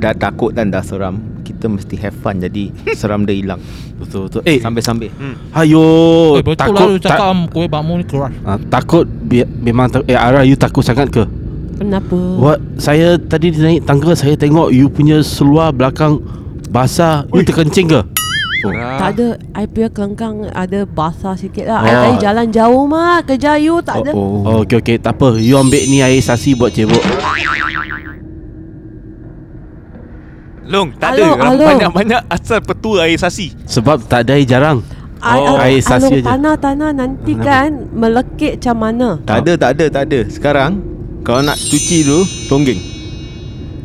Speaker 4: Dah takut dan dah seram Kita mesti have fun Jadi seram dia hilang
Speaker 10: Betul betul Eh
Speaker 4: Sambil-sambil
Speaker 10: Hayo
Speaker 9: Oh, betul lah
Speaker 10: Takut
Speaker 9: you cakap
Speaker 10: tak,
Speaker 9: am, kuih bakmu ni keluar.
Speaker 10: ha, Takut bi- Memang tak, Eh Ara you takut sangat ke
Speaker 11: Kenapa?
Speaker 10: What Saya tadi naik tangga Saya tengok you punya seluar belakang Basah You terkencing ke
Speaker 5: Oh.
Speaker 11: Tak ada I punya kelengkang Ada basah sikit lah
Speaker 10: Oh.
Speaker 11: I
Speaker 9: Ah.
Speaker 11: tadi jalan jauh mah Ke Jayu tak ada
Speaker 10: Oh, okey okey tak apa. You ambil ni air sasi buat cebok.
Speaker 5: Long tak
Speaker 11: Alo,
Speaker 5: ada Orang
Speaker 11: alo.
Speaker 5: Banyak-banyak asal petua air sasi
Speaker 10: Sebab tak ada air jarang.
Speaker 11: I,
Speaker 10: Oh. Air sasi
Speaker 11: Alung
Speaker 10: aja.
Speaker 11: tanah-tanah nanti
Speaker 10: Kenapa?
Speaker 11: kan Melekit macam mana
Speaker 4: Tak ada, tak ada, tak ada. Sekarang kalau nak cuci dulu, tonggeng.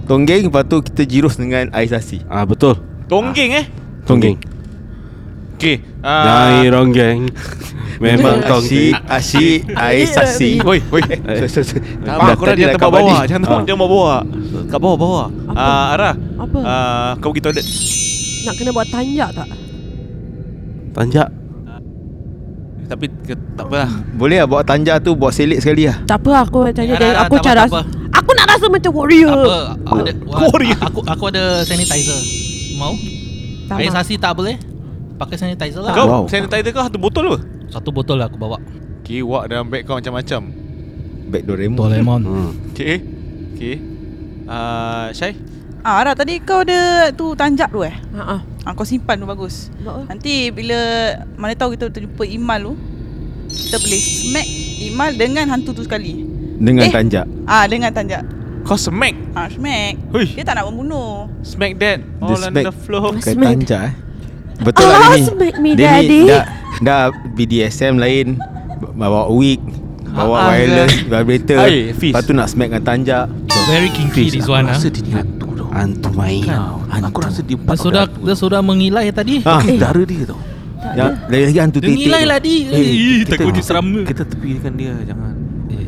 Speaker 4: Tonggeng lepas tu kita jirus dengan air sasi.
Speaker 10: Ah betul.
Speaker 5: Tonggeng eh
Speaker 10: Tonggeng.
Speaker 5: Okay
Speaker 10: Nyai
Speaker 5: uh,
Speaker 10: ronggeng. Memang
Speaker 4: Asyik,
Speaker 10: tonggeng.
Speaker 4: asyik air sasi.
Speaker 5: Woi woi
Speaker 4: So, so, so.
Speaker 5: Tambah korang
Speaker 4: tadi dah
Speaker 5: jangan tempat
Speaker 4: kabadi.
Speaker 5: bawah Jangan tempat
Speaker 10: Ah.
Speaker 5: jangan bawah Kat bawah bawah
Speaker 11: Apa?
Speaker 5: Ah, Ara
Speaker 11: Apa?
Speaker 5: ah, Kau pergi toilet
Speaker 11: Nak kena buat tanjak tak
Speaker 10: Tanjak.
Speaker 5: Tapi ke, tak apa lah
Speaker 4: Boleh lah bawa tanja tu Bawa selit sekali lah
Speaker 11: Tak apa aku nak tanya
Speaker 9: Ada,
Speaker 11: dia
Speaker 9: ada,
Speaker 11: Aku
Speaker 9: Ya, tak
Speaker 11: cara
Speaker 9: apa, tak
Speaker 11: Aku nak rasa macam
Speaker 9: Tak apa.
Speaker 11: warrior
Speaker 9: Aku ada,
Speaker 5: Korea.
Speaker 9: aku aku ada sanitizer. Mau?
Speaker 11: Tak
Speaker 9: Air
Speaker 11: nak.
Speaker 9: sasi tak boleh? Pakai sanitizer lah.
Speaker 5: Kau
Speaker 4: Wow.
Speaker 5: sanitizer kau satu botol apa?
Speaker 9: Satu botol lah aku bawa.
Speaker 5: Kiwak dalam beg kau macam-macam
Speaker 4: Beg Doraemon
Speaker 9: Doraemon.
Speaker 10: Hmm.
Speaker 5: Okay Okay uh, Syai
Speaker 3: Ah, Ara, tadi kau ada tu tanjak tu eh?
Speaker 11: Ha ah.
Speaker 3: Ah, kau simpan tu bagus.
Speaker 11: Buat apa?
Speaker 3: Nanti bila mana tahu kita terjumpa Imal tu, kita boleh smack Imal dengan hantu tu sekali.
Speaker 4: Dengan
Speaker 3: Eh.
Speaker 4: tanjak
Speaker 3: Ah, dengan tanjak.
Speaker 5: Kau smack
Speaker 3: Ah, smack.
Speaker 5: Huish.
Speaker 3: Dia tak nak membunuh.
Speaker 5: Smack that All on
Speaker 4: smack.
Speaker 5: the floor
Speaker 4: Bukan
Speaker 11: Smack.
Speaker 4: tanjak eh Betul lah
Speaker 11: Ah,
Speaker 4: dia ni
Speaker 11: smack me,
Speaker 4: Dia ni
Speaker 11: daddy.
Speaker 4: dah, dah BDSM lain Bawa wig
Speaker 5: Ah, ah,
Speaker 4: Bawa wireless
Speaker 5: dah.
Speaker 4: Vibrator
Speaker 5: Air, fist.
Speaker 4: Lepas tu nak smack dengan tanjak
Speaker 9: Very kinky this one ah.
Speaker 12: dia ni hantu tau
Speaker 10: Hantu main.
Speaker 12: Aku rasa dia
Speaker 9: Dia sudah dia sudah mengilai tadi.
Speaker 4: Ah,
Speaker 12: Dara dia tau
Speaker 4: yang, Ya, Lagi-lagi hantu
Speaker 9: Dia
Speaker 4: titik
Speaker 9: ngilai
Speaker 4: tu.
Speaker 9: lah di. Eh, takut dia seram.
Speaker 12: Kita tepikan dia Jangan
Speaker 9: eh,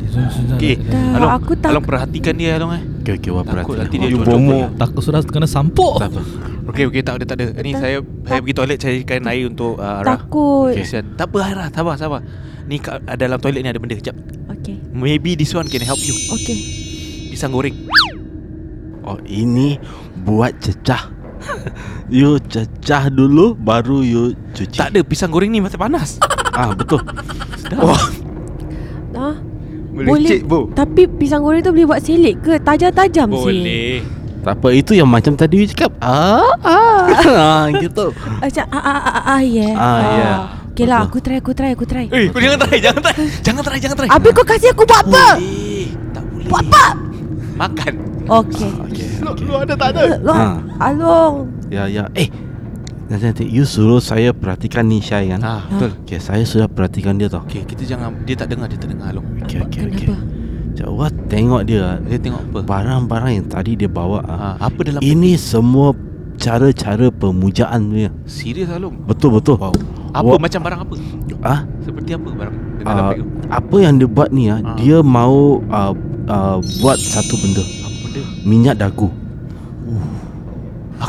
Speaker 5: Okay
Speaker 11: Dah,
Speaker 5: Along,
Speaker 11: Ya, aku tak-
Speaker 5: Along perhatikan dia Along eh
Speaker 10: Okey okey wah
Speaker 5: Takut nanti
Speaker 10: perhatian.
Speaker 5: dia
Speaker 10: Wah,
Speaker 5: jodoh
Speaker 4: bomo.
Speaker 9: Takut sudah kena sampuk.
Speaker 5: Okay okay tak ada tak ada Ni
Speaker 11: Tak-
Speaker 5: saya Saya
Speaker 11: tak-
Speaker 5: pergi toilet Carikan air untuk uh, Ara
Speaker 11: Takut
Speaker 5: okay. kesian. Tak apa Ara Sabar sabar Ni kat, ah, dalam toilet ni ada benda Sekejap
Speaker 11: Okay
Speaker 5: Maybe this one can help you
Speaker 11: Okay
Speaker 5: Pisang goreng
Speaker 10: Oh ini buat cecah. you cecah dulu baru you cuci.
Speaker 5: Tak ada Pisang goreng ni masih panas
Speaker 10: Ah betul.
Speaker 11: Ah,
Speaker 4: Boleh cek bo
Speaker 11: Tapi pisang goreng tu boleh buat selit ke? Tajam-tajam sih
Speaker 10: Tak apa itu yang macam tadi you cakap. Ah ah. ah gitu.
Speaker 11: Macam ah ah ah, ah ah yeah.
Speaker 10: Ah, yeah.
Speaker 11: Okay lah
Speaker 10: Betul.
Speaker 11: aku try aku try aku try.
Speaker 5: Eh kau jangan try Jangan try Jangan try Jangan try
Speaker 11: Abi kau kasi aku buat apa?
Speaker 5: Eh tak boleh
Speaker 11: Buat apa?
Speaker 5: Makan
Speaker 11: Okay.
Speaker 4: Lu ada tak ada
Speaker 11: Lo,
Speaker 10: Ah.
Speaker 11: Along.
Speaker 10: Ya ya Eh Nanti nanti You suruh saya perhatikan ni Syai kan
Speaker 5: Ah betul
Speaker 10: Okay saya sudah perhatikan dia tau
Speaker 5: Okay kita jangan Dia tak dengar Dia tak dengar Along
Speaker 10: Okay okay okay
Speaker 11: Kenapa?
Speaker 5: Ah.
Speaker 10: Sekejap Wah tengok dia ah.
Speaker 5: Dia tengok apa
Speaker 10: Barang-barang yang tadi dia bawa ah.
Speaker 5: Ah, apa dalam
Speaker 10: Ini semua cara-cara pemujaan dia
Speaker 5: Serius Along
Speaker 10: Betul betul
Speaker 5: Wow. Apa
Speaker 10: Wah.
Speaker 5: macam barang apa?
Speaker 10: Ah,
Speaker 5: Seperti apa barang? Kena
Speaker 10: uh,
Speaker 5: lapik tu.
Speaker 10: apa yang dia buat ni
Speaker 5: Ah.
Speaker 10: ah, dia mau uh, uh, buat satu benda.
Speaker 5: Apa benda?
Speaker 10: Minyak dagu.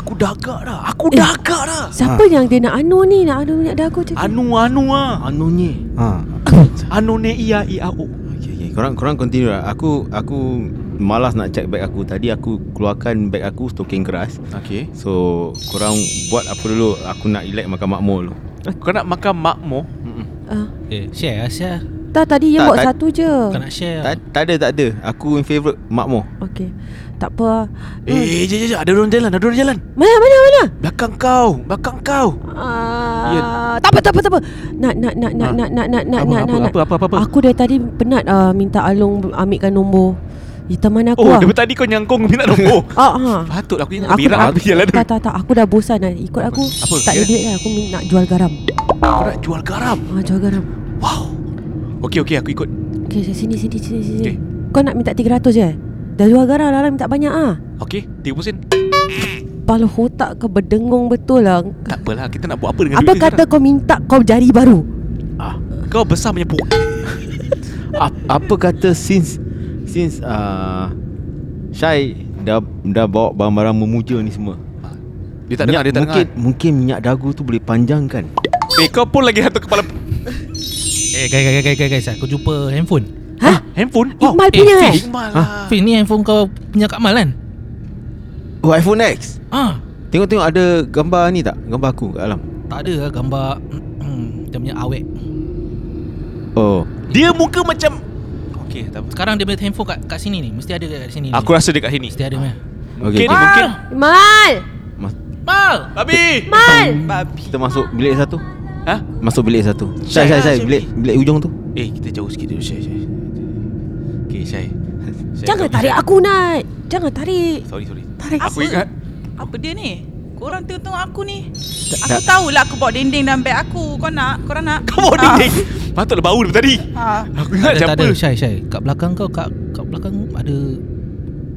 Speaker 5: Aku dah agak dah. Aku
Speaker 11: Eh.
Speaker 5: dah agak dah.
Speaker 11: Siapa yang dia nak anu ni Nak anu minyak dagu cakap
Speaker 5: Anu anu ah.
Speaker 4: Anu ni
Speaker 10: Ha.
Speaker 5: Anu ne ia ia o.
Speaker 4: Okay, okay. Korang, korang continue lah Aku Aku Malas nak check bag aku Tadi aku keluarkan bag aku Stoking keras
Speaker 5: Okey.
Speaker 4: So Korang buat apa dulu Aku nak elect makan makmur dulu
Speaker 5: Kau nak makan makmo?
Speaker 11: Ah.
Speaker 9: Eh, share lah, share.
Speaker 11: Tak
Speaker 4: Tak,
Speaker 11: tadi yang buat
Speaker 4: tak-
Speaker 11: satu je
Speaker 9: Kau nak share
Speaker 4: tak, tak ada tak ada Aku in favourite makmur
Speaker 11: Okay Tak apa
Speaker 5: Eh, je je je. Ada orang jalan, ada orang jalan.
Speaker 11: Mana mana mana
Speaker 5: Belakang kau, belakang kau.
Speaker 11: Ah,
Speaker 5: Ian. Ah.
Speaker 11: tak apa tak apa tak apa. Nak nak nak nak nak nak nak nak
Speaker 5: Apa,
Speaker 11: nak
Speaker 5: apa,
Speaker 11: nak.
Speaker 5: apa, apa, apa, apa?
Speaker 11: Aku dari tadi penat ah minta Along ambilkan nombor. Di teman aku
Speaker 5: Oh,
Speaker 11: ah.
Speaker 5: daripada tadi kau nyangkung Oh. minta nombor.
Speaker 11: Ah, ha.
Speaker 5: Patut aku ingat
Speaker 11: Aku
Speaker 5: berak
Speaker 11: tak-
Speaker 5: aku jalan tu.
Speaker 11: Tak tak tak aku dah bosan dah ikut aku.
Speaker 5: Apa?
Speaker 11: Tak ada
Speaker 5: Ya?
Speaker 11: duit lah aku min- nak jual garam.
Speaker 5: Kau nak jual garam.
Speaker 11: Ah jual garam.
Speaker 5: Wow. Okey okey aku ikut.
Speaker 11: Okey sini sini sini sini.
Speaker 5: Okey.
Speaker 11: Kau nak minta 300 je? Dah jual garam lah lah, minta banyak ah.
Speaker 5: Okey, 30%.
Speaker 11: Kepala otak kau berdengung betul lah
Speaker 5: Tak apalah, kita nak buat apa dengan
Speaker 11: Apa
Speaker 5: duit
Speaker 11: kata kau minta kau jari baru?
Speaker 5: sekarang? Kau besar punya pok.
Speaker 4: Ap- Apa kata since Since uh, Syai dah, dah bawa barang-barang memuja ni semua
Speaker 5: Dia tak dengar, dia tak
Speaker 4: mungkin,
Speaker 5: dengar.
Speaker 4: Mungkin minyak dagu tu boleh panjangkan
Speaker 5: Eh, kau pun lagi hantar kepala
Speaker 9: Eh, guys, guys, guys, guys, guys. Aku jumpa handphone.
Speaker 11: Hah?
Speaker 5: handphone.
Speaker 11: Iqmal
Speaker 9: eh,
Speaker 11: punya eh?
Speaker 9: Fish.
Speaker 5: Iqmal lah.
Speaker 9: Fin, ni handphone kau punya Kak Mal kan?
Speaker 4: Oh iPhone X
Speaker 9: Ah,
Speaker 4: Tengok-tengok ada gambar ni tak? Gambar aku kat dalam
Speaker 9: tak ada lah gambar hmm, dia punya awet.
Speaker 4: Oh
Speaker 5: Dia muka macam Okey, tak apa.
Speaker 9: Sekarang dia punya handphone kat, kat sini ni. Mesti ada kat sini
Speaker 5: Aku
Speaker 9: ni.
Speaker 5: rasa dekat sini.
Speaker 9: Mesti ada punya.
Speaker 5: Mungkin
Speaker 4: Okay,
Speaker 5: ni mungkin.
Speaker 11: Mal!
Speaker 9: Mal!
Speaker 5: Babi.
Speaker 11: Mal!
Speaker 4: Kita masuk bilik satu
Speaker 5: Ha?
Speaker 4: Masuk bilik satu Syai, Syai, Syai Bilik, bilik hujung tu
Speaker 5: Eh, kita jauh sikit dulu, Syai. Syai. Okey, Syai. Syai,
Speaker 11: Jangan
Speaker 5: kau-
Speaker 11: tarik aku Nat Jangan tarik
Speaker 5: Sorry, sorry.
Speaker 11: Tarik
Speaker 5: Aku ingat
Speaker 3: Apa dia ni? Korang tengok-tengok aku ni
Speaker 4: tak.
Speaker 3: Aku tahulah aku bawa dinding dalam beg aku Kau nak? Korang nak? Ah,
Speaker 5: kau bawa dinding. Patutlah bau daripada tadi.
Speaker 3: ha.
Speaker 5: Aku
Speaker 9: Tak
Speaker 5: ingat
Speaker 9: ada, tak
Speaker 5: siapa.
Speaker 9: ada. Syai, Syai. Kat belakang kau, kat, kat belakang ada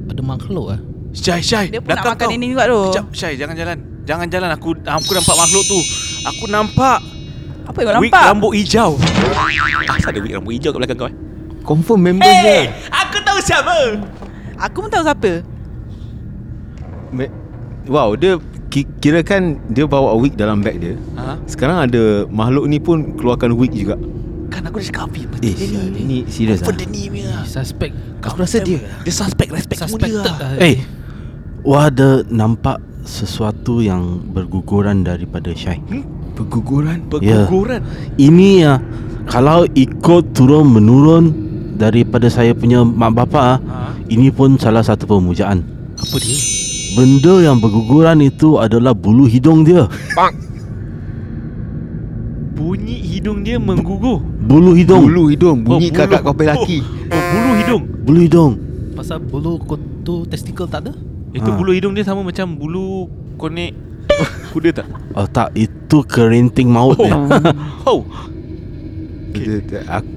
Speaker 9: ada makhluk lah.
Speaker 5: Syai, Syai.
Speaker 3: Dia pun nak
Speaker 5: belakang
Speaker 3: makan
Speaker 5: kau.
Speaker 3: dinding juga tu
Speaker 5: Kejap, Syai, jangan jalan. Jangan jalan. Aku aku nampak makhluk tu. Aku nampak
Speaker 3: Apa yang kau
Speaker 5: wig
Speaker 3: nampak?
Speaker 5: rambut hijau. Asal ada wig rambut hijau kat belakang kau eh?
Speaker 4: Confirm member
Speaker 5: Eh,
Speaker 4: dia
Speaker 5: aku tahu siapa.
Speaker 3: Aku pun tahu siapa
Speaker 4: Me- Wow, dia ki- kirakan dia bawa wig dalam beg dia
Speaker 5: Ha?
Speaker 4: Sekarang ada makhluk ni pun keluarkan wig juga
Speaker 5: Kan aku dah cakap api.
Speaker 4: Eh, Syai, dia ni serius lah
Speaker 10: ah?
Speaker 5: Confirm dia ni punya.
Speaker 9: Suspek.
Speaker 4: Aku rasa dia
Speaker 5: Dia suspect respect semua dia.
Speaker 9: Suspected
Speaker 5: lah.
Speaker 9: lah.
Speaker 10: Eh. Wah ada nampak sesuatu yang berguguran daripada Syai.
Speaker 4: Perguguran
Speaker 5: Perguguran.
Speaker 10: Ini ya uh, kalau ikut turun menurun daripada saya punya mak bapa,
Speaker 5: Ha?
Speaker 10: ini pun salah satu pemujaan.
Speaker 5: Apa dia?
Speaker 10: Benda yang berguguran itu adalah bulu hidung dia.
Speaker 5: Bunyi hidung dia menggugur.
Speaker 10: Bulu hidung.
Speaker 4: Bulu
Speaker 10: Bulu,
Speaker 4: hidung Bunyi
Speaker 5: Oh, bulu.
Speaker 4: kakak kau lelaki
Speaker 5: Oh, oh, bulu hidung.
Speaker 10: bulu hidung.
Speaker 9: Pasal bulu kutu testicle tak ada?
Speaker 5: Itu
Speaker 4: Ah.
Speaker 10: Ha.
Speaker 5: bulu hidung dia sama macam bulu konek kuda tak?
Speaker 10: Oh tak, itu kerinting maut
Speaker 5: Oh.
Speaker 10: dia.
Speaker 5: Oh.
Speaker 4: Dia- dia- aku-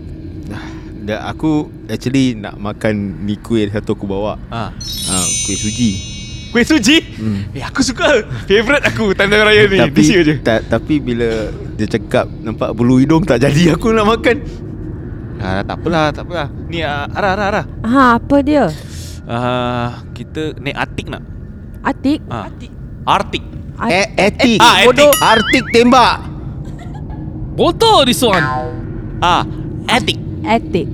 Speaker 4: dah- dah, Aku actually nak makan ni kuih satu aku bawa
Speaker 5: Ha.
Speaker 4: ha, Kuih suji
Speaker 5: Kuih suji? Eh aku suka. Favorite aku tanda raya ni.
Speaker 4: Tapi
Speaker 5: This year je.
Speaker 4: ta, Tapi bila dia cakap Nampak bulu hidung tak jadi aku nak makan
Speaker 5: Ha, tak apalah, tak apalah. Ni uh, arah arah arah.
Speaker 11: Ha apa dia?
Speaker 5: Uh, kita naik Artik nak.
Speaker 11: Atik?
Speaker 5: Ha.
Speaker 3: Atik.
Speaker 5: Artik.
Speaker 4: Eh, etik
Speaker 5: Ah, etik.
Speaker 4: Artik tembak
Speaker 9: Botol this one.
Speaker 5: Ah, Artik.
Speaker 11: Atik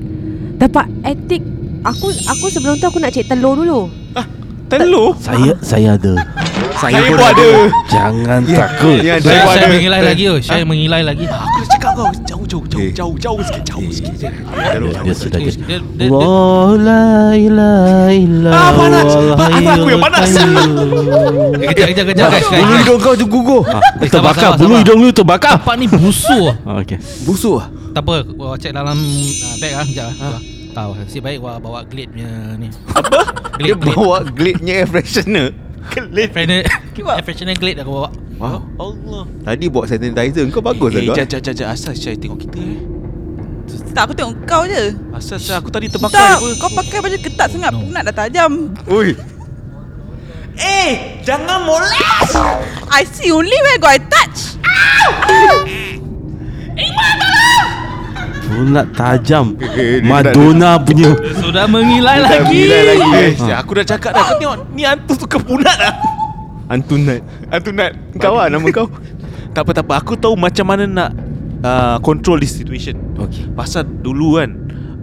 Speaker 11: Dapat atik Aku aku sebelum tu aku nak cek telur dulu
Speaker 5: Telur.
Speaker 10: Saya saya ada.
Speaker 5: Saya pun ada.
Speaker 10: Jangan takut.
Speaker 4: Ya,
Speaker 9: Syai,
Speaker 4: dia
Speaker 9: Syai
Speaker 4: ada
Speaker 9: mengilai lagi oh. Syai mengilai lagi.
Speaker 5: Aku dah cakap kau jauh jauh jauh
Speaker 4: Eh.
Speaker 5: jauh jauh sikit jauh sikit.
Speaker 10: Ya, dia sudah
Speaker 9: Eh,
Speaker 10: jadi.
Speaker 9: dia- dia- dia-
Speaker 10: Allah la ilaha illa
Speaker 5: Ah, panas. Pa- aku- aku yang
Speaker 10: wal
Speaker 5: panas.
Speaker 10: hayyul
Speaker 9: Eh, Kejap, kejap, kejap, guys,
Speaker 4: Bulu
Speaker 9: guys.
Speaker 4: hidung kau tu gugur
Speaker 5: Eh,
Speaker 10: qayyum.
Speaker 9: sabar,
Speaker 10: Ah, Terbakar
Speaker 9: sabar,
Speaker 10: bulu
Speaker 9: sabar.
Speaker 10: hidung lu terbakar.
Speaker 9: Tempat ni busuk.
Speaker 10: Ah, Okey.
Speaker 4: Busuk ah.
Speaker 9: Tak apa, gua check dalam uh, bag ah kejap ah. Gua- Tahu, nasib baik gua bawa Glade punya ni. Apa?
Speaker 4: Dia
Speaker 9: Glade. Glade.
Speaker 4: bawa glade-nya air freshener
Speaker 5: Kelip.
Speaker 9: Freshener. Air freshener Glade aku bawa.
Speaker 4: Wow
Speaker 5: Allah.
Speaker 4: Tadi bawa sanitizer Kau bagus lah
Speaker 5: Eh,
Speaker 4: kau
Speaker 5: jap jap jap, jap asal Syai tengok kita eh.
Speaker 3: Tak aku tengok kau je
Speaker 5: Asal Syai, Ah, aku tadi
Speaker 3: Tak
Speaker 5: terbakar apa?
Speaker 3: kau pakai baju ketat sangat
Speaker 9: No.
Speaker 3: Penat dah tajam
Speaker 4: Ui
Speaker 5: Eh, jangan molek.
Speaker 3: I see only where got I touch
Speaker 10: Bu, Donat tajam
Speaker 4: Eh, dia tak-
Speaker 10: Madonna punya
Speaker 9: Sudah mengilai lagi.
Speaker 4: Gila lagi
Speaker 5: Eh, aku dah cakap dah. Kau tengok ni hantu tu kepunat lah.
Speaker 4: Antunat Antunat Kau lah nama kau
Speaker 5: Tak apa tak apa. Aku tahu macam mana nak uh, control this situation.
Speaker 4: Okay
Speaker 5: Pasal dulu kan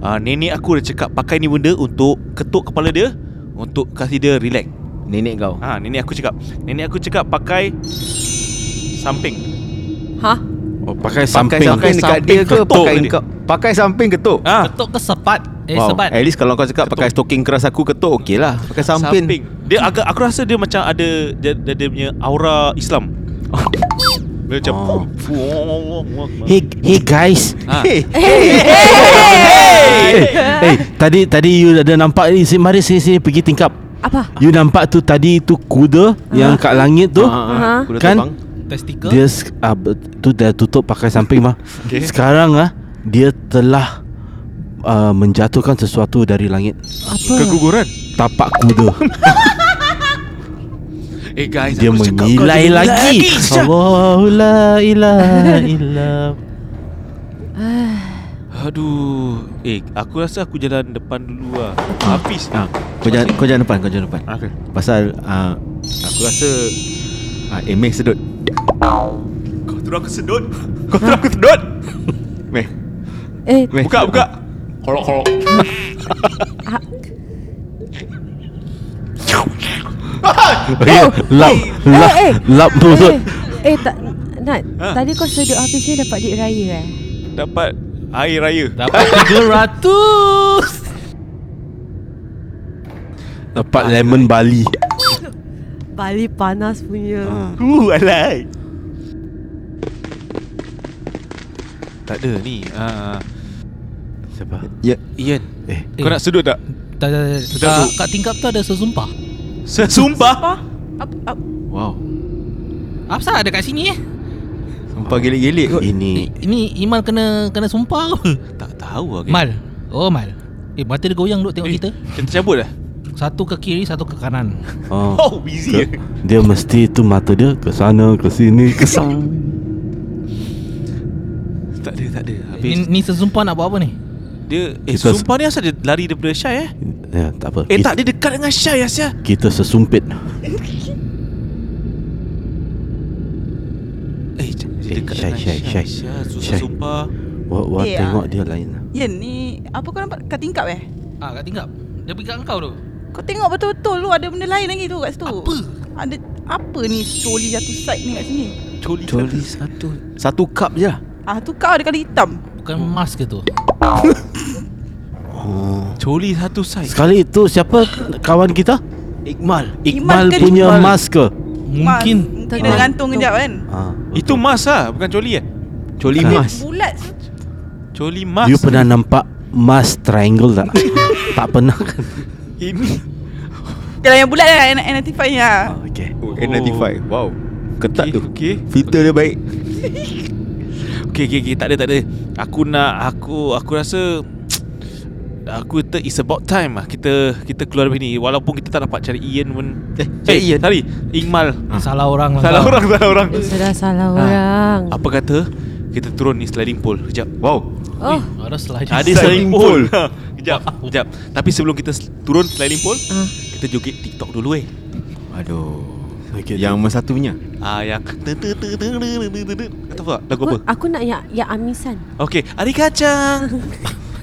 Speaker 5: uh, nenek aku dah cakap pakai ni benda untuk ketuk kepala dia untuk kasi dia relax.
Speaker 4: Nenek kau
Speaker 5: Ha nenek aku cakap. Nenek aku cakap pakai samping.
Speaker 11: Ha?
Speaker 10: oh, Pakai
Speaker 5: Pakai
Speaker 10: samping
Speaker 5: samping.
Speaker 4: Pakai dekat dia ke
Speaker 5: ketuk
Speaker 4: Pakai
Speaker 5: dia.
Speaker 4: kau Pakai samping ketuk
Speaker 5: Ha
Speaker 9: Ketuk ke sepat. Eh
Speaker 4: Wow.
Speaker 9: sebat.
Speaker 4: At least kalau kau cakap pakai stocking keras aku ketuk okey lah Pakai samping,
Speaker 5: samping. Dia agak aku rasa dia macam ada dia, dia, dia punya aura Islam. Dia macam
Speaker 4: Oh.
Speaker 10: Hey, hey guys
Speaker 5: Ha.
Speaker 4: Hey,
Speaker 10: Hey, hey, tadi tadi you ada nampak ni sini mari sini sini pergi tingkap.
Speaker 11: Apa?
Speaker 10: You nampak tu tadi tu kuda yang kat langit tu.
Speaker 4: Ah, ah, ah. Kuda
Speaker 10: Kan?
Speaker 4: terbang.
Speaker 9: Testicle.
Speaker 10: Dia s- ah, be- tu dah tutup pakai samping mah. Sekarang ah dia telah uh, menjatuhkan sesuatu dari langit.
Speaker 11: Apa?
Speaker 5: Keguguran.
Speaker 10: Tapak kuda.
Speaker 5: Eh guys,
Speaker 10: dia
Speaker 5: aku cakap kau
Speaker 10: mengilai
Speaker 5: dia
Speaker 10: lagi. Allahu la ilaha illa.
Speaker 5: Aduh. Eh, aku rasa aku jalan depan dulu lah. Hafiz.
Speaker 4: Ah, Kau jangan, kau jangan depan Kau jangan depan
Speaker 5: Okay.
Speaker 4: Pasal ah, Aku rasa ah, Eh Meh sedut
Speaker 5: Kau terus aku sedut. Kau terus aku sedut.
Speaker 4: Meh
Speaker 11: Eh,
Speaker 4: Meh
Speaker 5: Buka, buka. Kolok-kolok.
Speaker 11: ha,
Speaker 5: Eh,
Speaker 10: Okay, lap lap
Speaker 11: eh, eh.
Speaker 10: lap
Speaker 11: eh,
Speaker 10: mulut.
Speaker 11: eh tak, Nat,
Speaker 5: Ha?
Speaker 11: tadi kau sedut habis ni dapat duit raya eh?
Speaker 5: Dapat air raya.
Speaker 9: Dapat 300.
Speaker 10: Dapat lemon Bali.
Speaker 11: Bali panas punya.
Speaker 5: Ooh, I like. Tak ada ni. Ah,
Speaker 10: Siapa?
Speaker 4: Ya
Speaker 5: Ian.
Speaker 10: Eh.
Speaker 5: Kau nak sedut tak?
Speaker 9: Tak, tak, tak.
Speaker 5: Sedap
Speaker 9: Kat-
Speaker 5: tu.
Speaker 9: Kat tingkap tu ada sesumpah.
Speaker 5: Sesumpah.
Speaker 3: Apa? Apa? Apa?
Speaker 4: Wow
Speaker 9: Apa sah ada kat sini eh?
Speaker 4: Sumpah gelik-gelik kot
Speaker 10: Ini
Speaker 9: Ini Iman kena kena sumpah ke?
Speaker 5: Tak tahu lah. kan.
Speaker 9: Mal. Oh Mal. Eh mata dia goyang duk tengok
Speaker 5: Eh,
Speaker 9: kita.
Speaker 5: Kita cabut dah.
Speaker 9: Satu ke kiri, satu ke kanan.
Speaker 10: oh.
Speaker 5: Oh, busy ya.
Speaker 10: Ke- Dia mesti tu mata dia ke sana ke sini ke sana.
Speaker 5: Tak ada, tak ada.
Speaker 9: Ni,
Speaker 5: Habis
Speaker 9: ni sesumpah nak buat apa ni?
Speaker 5: dia eh
Speaker 10: Kita-
Speaker 5: sumpah ni asal dia lari daripada Syai eh?
Speaker 10: Ya, tak apa.
Speaker 5: Eh
Speaker 10: Ki-
Speaker 5: tak dia dekat dengan eh, Syai Asia.
Speaker 10: Kita sesumpit.
Speaker 5: Eh, c-
Speaker 10: Eh,
Speaker 5: dia dekat
Speaker 10: Syai,
Speaker 5: dengan
Speaker 10: Syai, Syai.
Speaker 5: Syah. Susah
Speaker 10: Syai.
Speaker 5: sumpah.
Speaker 10: Wah, wah
Speaker 3: Eh,
Speaker 10: yeah. tengok dia lain lah.
Speaker 3: Yan ni Apa kau nampak kat tingkap eh?
Speaker 9: Ah, kat tingkap. Dia pergi kat kau tu.
Speaker 3: Kau tengok betul-betul lu ada benda lain lagi tu kat situ.
Speaker 9: Apa?
Speaker 3: Ada apa ni coli jatuh side ni kat sini?
Speaker 5: Coli.
Speaker 4: Coli satu Satu cup je lah
Speaker 3: Ah tu kau ada kali hitam.
Speaker 9: Bukan mask ke tu?
Speaker 5: Coli satu side.
Speaker 10: Sekali tu siapa kawan kita? Iqmal. Iqmal
Speaker 3: Iqmal ke
Speaker 10: punya
Speaker 3: Iqbal?
Speaker 10: mas ke?
Speaker 9: Mungkin
Speaker 3: Mas, Mungkin
Speaker 11: Ah.
Speaker 3: ada gantung kejap kan?
Speaker 10: Ah,
Speaker 5: Itu mas lah, bukan coli eh.
Speaker 4: Coli
Speaker 10: Kan.
Speaker 4: mas
Speaker 3: Bulat
Speaker 5: Coli mas.
Speaker 10: You pernah nampak mas triangle tak? tak pernah kan?
Speaker 5: ini
Speaker 3: Jalan yang bulat lah N- N95 ni lah
Speaker 10: Okay.
Speaker 4: oh, N95 Wow Ketat
Speaker 5: okay,
Speaker 4: tu
Speaker 5: okay.
Speaker 4: Filter dia baik
Speaker 5: okay okay okay tak ada tak ada. Aku nak aku aku rasa aku kata it's about time lah kita kita keluar dari ni walaupun kita tak dapat cari Ian pun. Eh,
Speaker 4: cari Ian.
Speaker 5: Sorry, Iqmal.
Speaker 9: salah orang lah.
Speaker 5: Salah
Speaker 9: kau.
Speaker 5: orang, salah orang.
Speaker 11: Sudah salah orang.
Speaker 5: Apa kata kita turun ni sliding pool kejap.
Speaker 4: Wow
Speaker 11: Oh,
Speaker 9: Ada salah.
Speaker 5: Ada sliding
Speaker 4: Sliding
Speaker 5: pool. kejap, kejap. Tapi sebelum kita s- turun sliding pool,
Speaker 11: Ah.
Speaker 5: kita joget TikTok dulu eh.
Speaker 4: Aduh Yang nombor satu punya
Speaker 5: Ah yang Kata apa? Lagu
Speaker 11: aku,
Speaker 5: apa?
Speaker 11: aku nak yang, yang amisan.
Speaker 5: Okey, ari kacang.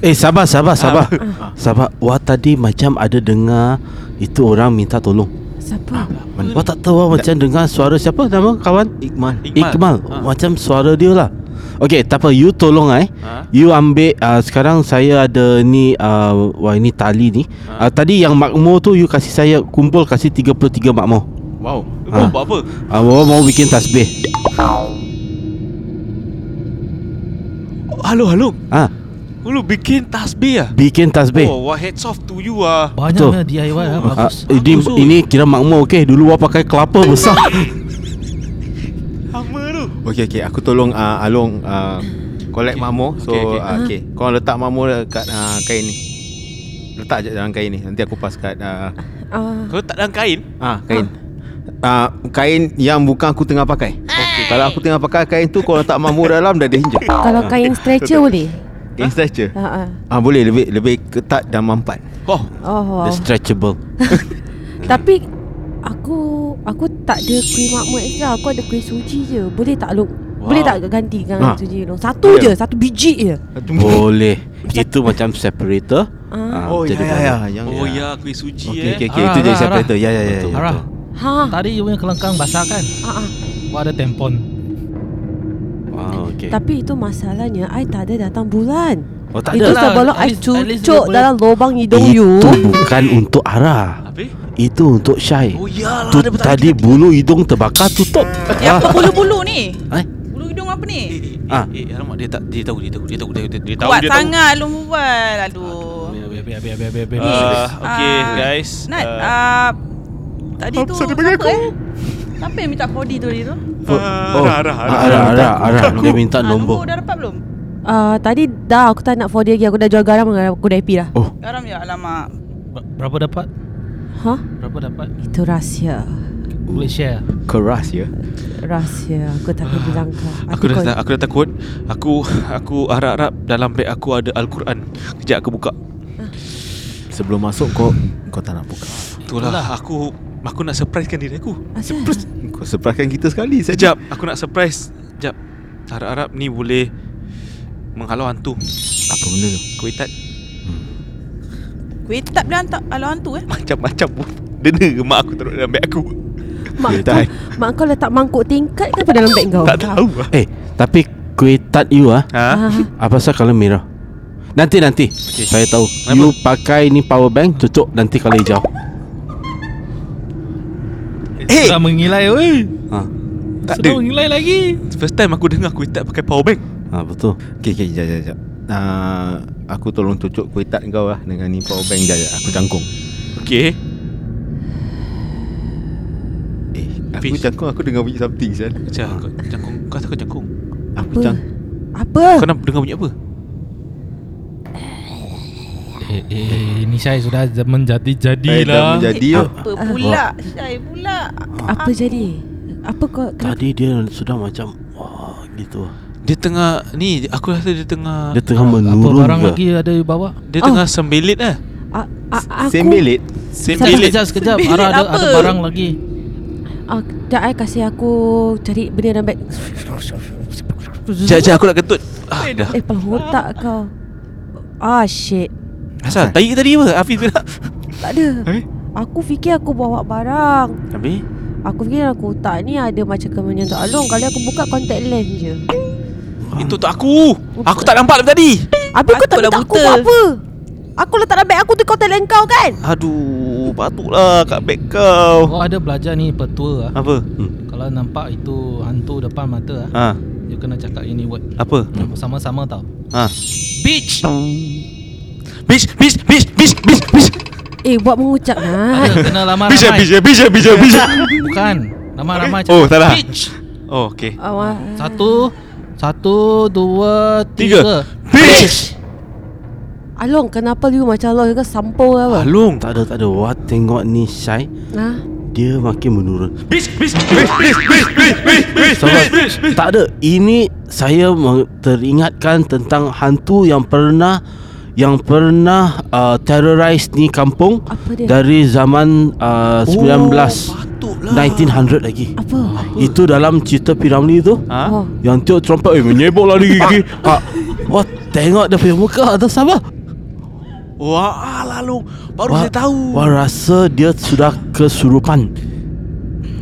Speaker 10: Eh sabar sabar sabar. sabar. Wah tadi macam ada dengar itu orang minta tolong.
Speaker 11: Siapa?
Speaker 10: Wah tak tahu lah, macam dengar suara siapa nama kawan?
Speaker 4: Iqmal
Speaker 10: Iqbal. Iqbal.
Speaker 5: Ha.
Speaker 10: Macam suara dia lah. Okay, tak apa. You tolong eh.
Speaker 5: Ha?
Speaker 10: You ambil uh, sekarang saya ada ni uh, wah ini tali ni.
Speaker 5: Ha.
Speaker 10: Uh, tadi yang makmur tu you kasih saya kumpul kasih 33 makmur.
Speaker 4: Wow
Speaker 5: Kau
Speaker 10: Ah.
Speaker 5: buat apa?
Speaker 10: Ah uh, bawa mau bikin tasbih.
Speaker 5: Halo, halo.
Speaker 10: Ah,
Speaker 5: Oh, Lu bikin tasbih ah?
Speaker 10: bikin tasbih.
Speaker 5: Oh, wah heads off to you ah.
Speaker 9: Banyak
Speaker 10: Betul.
Speaker 9: lah DIY lah
Speaker 10: Ah,
Speaker 9: bagus.
Speaker 10: ini
Speaker 5: Bagus tu.
Speaker 10: ini kira makmur okey. Dulu awak pakai kelapa besar.
Speaker 5: Sama tu.
Speaker 4: Okay okay Aku tolong uh, Along uh, Collect okay. makmur So
Speaker 5: Okay, okay.
Speaker 4: okay, okay. Uh, okay. Kau letak makmur Dekat uh, kain ni Letak je dalam kain ni Nanti aku pas kat uh,
Speaker 11: Ah,
Speaker 5: Kau tak dalam kain?
Speaker 4: Ah, kain. Ah, kain yang bukan aku tengah pakai. Okay. Kalau aku tengah pakai kain tu kau letak mamur dalam dah danger.
Speaker 11: kalau kain Ah, stretcher boleh?
Speaker 4: Can stretcher
Speaker 11: Ha ah.
Speaker 4: Ah boleh lebih lebih ketat dan mampat.
Speaker 5: Oh
Speaker 11: Oh.
Speaker 10: The stretchable
Speaker 11: Tapi aku aku tak ada kuih makmur extra. Aku ada kuih suji je. Boleh tak long? Wow. Boleh tak ganti
Speaker 4: Ha.
Speaker 11: dengan suji long? Satu
Speaker 4: Ya.
Speaker 11: je, satu biji je.
Speaker 10: Boleh Eh, Itu macam separator
Speaker 11: Ah.
Speaker 10: Ah, jadi boleh.
Speaker 4: yang
Speaker 5: Oh ya kuih suji
Speaker 4: Okey
Speaker 5: eh
Speaker 4: okey okey
Speaker 9: Ah,
Speaker 4: itu jadi
Speaker 9: ah,
Speaker 4: separator. Ya ya ya. ya.
Speaker 9: Arah
Speaker 11: Ha.
Speaker 9: Tadi you punya kelengkang basah kan
Speaker 11: Ha ah.
Speaker 9: Kau ada tempon
Speaker 10: Wow okay
Speaker 11: Tapi itu masalahnya I tak ada datang bulan
Speaker 10: Oh tak
Speaker 11: Itu
Speaker 10: ada
Speaker 9: lah.
Speaker 11: sebelum I
Speaker 9: At least- at least dia
Speaker 11: cucuk
Speaker 9: boleh-
Speaker 11: dalam lubang hidung
Speaker 10: Itu
Speaker 11: you
Speaker 10: bukan untuk Ara
Speaker 5: Habis
Speaker 10: Itu untuk Syai
Speaker 5: Oh ya lah
Speaker 10: Tu tadi bulu hidung terbakar tutup Ah.
Speaker 3: Yang apa bulu-bulu ni?
Speaker 10: Eh?
Speaker 3: Bulu hidung apa ni?
Speaker 5: Ah. Eh, eh, alamak dia tak dia tahu dia tahu dia tahu dia tahu dia tahu
Speaker 3: Kuat
Speaker 5: dia tahu.
Speaker 3: sangat lu buat. Aduh.
Speaker 9: Ya, Biar biar biar biar biar biar
Speaker 5: Uh, okay
Speaker 3: Ah,
Speaker 5: guys.
Speaker 3: Nat,
Speaker 5: ah,
Speaker 3: uh, tadi tu siapa eh? Siapa yang minta kodi tu tadi tu?
Speaker 10: Oh Ara
Speaker 5: ah.
Speaker 10: Ara Ara, Ara. Dia minta
Speaker 3: Ah,
Speaker 10: nombor
Speaker 3: dah dapat belum?
Speaker 11: uh, Tadi dah aku tak nak 4D lagi Aku dah jual garam dengan aku dah happy dah
Speaker 3: Garam ya, alamak.
Speaker 9: Ber- Berapa dapat?
Speaker 11: Hah?
Speaker 9: Berapa dapat?
Speaker 11: Itu rahsia
Speaker 9: Boleh share
Speaker 4: Keras ya.
Speaker 11: Rahsia Aku tak boleh bilang kau
Speaker 5: Ah. Aku dah tak, aku dah takut. Aku aku harap-harap dalam beg aku ada al-Quran. Kejap aku buka.
Speaker 4: Sebelum masuk kau kau tak nak buka.
Speaker 5: Itulah, Itulah. lah. aku aku nak surprisekan diri aku.
Speaker 11: Asal?
Speaker 4: Kau surprisekan kita sekali saja.
Speaker 5: Sekejap, aku nak surprise. Sekejap. Harap-harap ni boleh menghalau hantu.
Speaker 4: Apa benda tu?
Speaker 5: Kuitat
Speaker 3: Kuih tak boleh hantar alam hantu eh.
Speaker 5: macam-macam pun. Denda ke mak aku taruh dalam beg aku?
Speaker 11: Mak
Speaker 4: Okey,
Speaker 11: kau,
Speaker 4: tak.
Speaker 11: mak kau letak mangkuk tingkat ke apa dalam beg kau?
Speaker 5: Tak tahu lah.
Speaker 10: Eh tapi kuih tart you ah
Speaker 5: Ha?
Speaker 11: Ah,
Speaker 10: Apa pasal kalau merah? Nanti nanti. Okay. Saya tahu.
Speaker 5: Kenapa?
Speaker 10: Kenapa? You pakai ni power bank cucuk nanti kalau hijau.
Speaker 4: Eh,
Speaker 9: Sudah mengilai weh
Speaker 10: Ha.
Speaker 5: Tak
Speaker 9: Sudah
Speaker 5: ada.
Speaker 9: mengilai lagi
Speaker 5: First time aku dengar kuitat pakai power bank.
Speaker 10: Ha betul.
Speaker 4: okey okey jap jap jap. Uh, aku tolong cucuk kuih tart kau lah dengan ni power bank jap jap. Aku cangkung.
Speaker 5: Okay.
Speaker 4: Eh, aku
Speaker 5: Fish.
Speaker 4: cangkung aku dengar bunyi something Sal.
Speaker 5: Kejap, kau jangkung. Kau takut jangkung.
Speaker 4: Aku
Speaker 11: Apa?
Speaker 4: cang.
Speaker 11: Apa?
Speaker 5: Kau nak dengar bunyi apa?
Speaker 9: Eh eh Ni saya sudah menjadi-jadi
Speaker 4: Eh, dah
Speaker 9: lah
Speaker 4: menjadi yo.
Speaker 3: Apa pula? Syai pula.
Speaker 11: Apa jadi? Apa kau kenapa?
Speaker 10: Tadi dia sudah macam wah gitu.
Speaker 5: Dia tengah ni aku rasa dia tengah
Speaker 10: Dia tengah
Speaker 9: Apa
Speaker 10: menurun
Speaker 9: barang
Speaker 10: ke?
Speaker 9: lagi ada you bawa?
Speaker 5: dia tengah sembelit lah.
Speaker 11: A, a, aku,
Speaker 4: Same bilik.
Speaker 5: Sembelit.
Speaker 9: Sekejap sekejap
Speaker 3: Bilik
Speaker 9: Ara ada,
Speaker 3: apa?
Speaker 9: ada barang lagi
Speaker 11: Ah, dah ai kasih aku cari benda dalam beg. Eh,
Speaker 5: Sekejap, sekejap aku nak kentut. Ah, dah.
Speaker 11: Eh, kepala otak kau. Ah, shit.
Speaker 5: Asal tai tadi apa? Afif gerak.
Speaker 11: Tak ada.
Speaker 5: Habis?
Speaker 11: Aku fikir aku bawa barang.
Speaker 5: Habis?
Speaker 11: Aku fikir dalam kotak ni ada macam kemenyan tak alung. Kali aku buka contact lens je.
Speaker 5: Itu untuk aku. Aku tak nampak dari tadi.
Speaker 11: Habis kau tak
Speaker 3: Patutlah
Speaker 11: minta aku
Speaker 3: buta.
Speaker 11: buat apa? Aku letak dalam beg aku tu contact lens kau kan?
Speaker 5: Aduh, patutlah kat beg kau.
Speaker 9: Kau ada belajar ni petua lah
Speaker 5: Apa?
Speaker 10: Hmm.
Speaker 9: Kalau nampak itu hantu depan mata lah
Speaker 5: Ha,
Speaker 9: You kena cakap ini word
Speaker 5: apa?
Speaker 9: Sama-sama tau
Speaker 5: Ha.
Speaker 9: Bitch
Speaker 5: Bis, bis, bis, bis, bis, bis.
Speaker 11: Eh, buat mengucap
Speaker 9: Ada
Speaker 11: lah.
Speaker 9: kena
Speaker 5: Bis, bis,
Speaker 9: lama-ramai
Speaker 5: bis, bis, bis.
Speaker 9: Bukan Lama-ramai
Speaker 5: Oh,
Speaker 9: cakap
Speaker 5: salah.
Speaker 9: Bitch
Speaker 5: Oh, okey.
Speaker 11: Awak.
Speaker 9: Satu Satu Dua
Speaker 5: Tiga.
Speaker 9: Tiga
Speaker 5: Bis.
Speaker 11: Along, kenapa you macam Along ke sampul ke apa?
Speaker 5: Alung.
Speaker 10: Tak ada tak ada. Wah tengok ni Syai
Speaker 11: Ha?
Speaker 10: dia makin menurun.
Speaker 5: Bis, bis, bis, bis, bis, bis, bis, bis,
Speaker 10: Sabar.
Speaker 5: bis, bis.
Speaker 10: Tak ada. Ini saya meng- teringatkan tentang hantu yang pernah yang pernah uh, terrorize ni kampung
Speaker 11: Apa dia? Oh,
Speaker 10: dari zaman uh, 19
Speaker 5: patutlah.
Speaker 10: 1900 lagi.
Speaker 11: Apa?
Speaker 10: Itu dalam cerita Piramli tu.
Speaker 5: Ha?
Speaker 11: Oh.
Speaker 10: Yang tiup trompet eh menyebok lah dia gigi. Ha. Wah, tengok dia punya muka atas Sabah.
Speaker 5: Wah, alah Long. Baru
Speaker 10: Wah,
Speaker 5: saya tahu.
Speaker 10: Wah, rasa dia sudah kesurupan.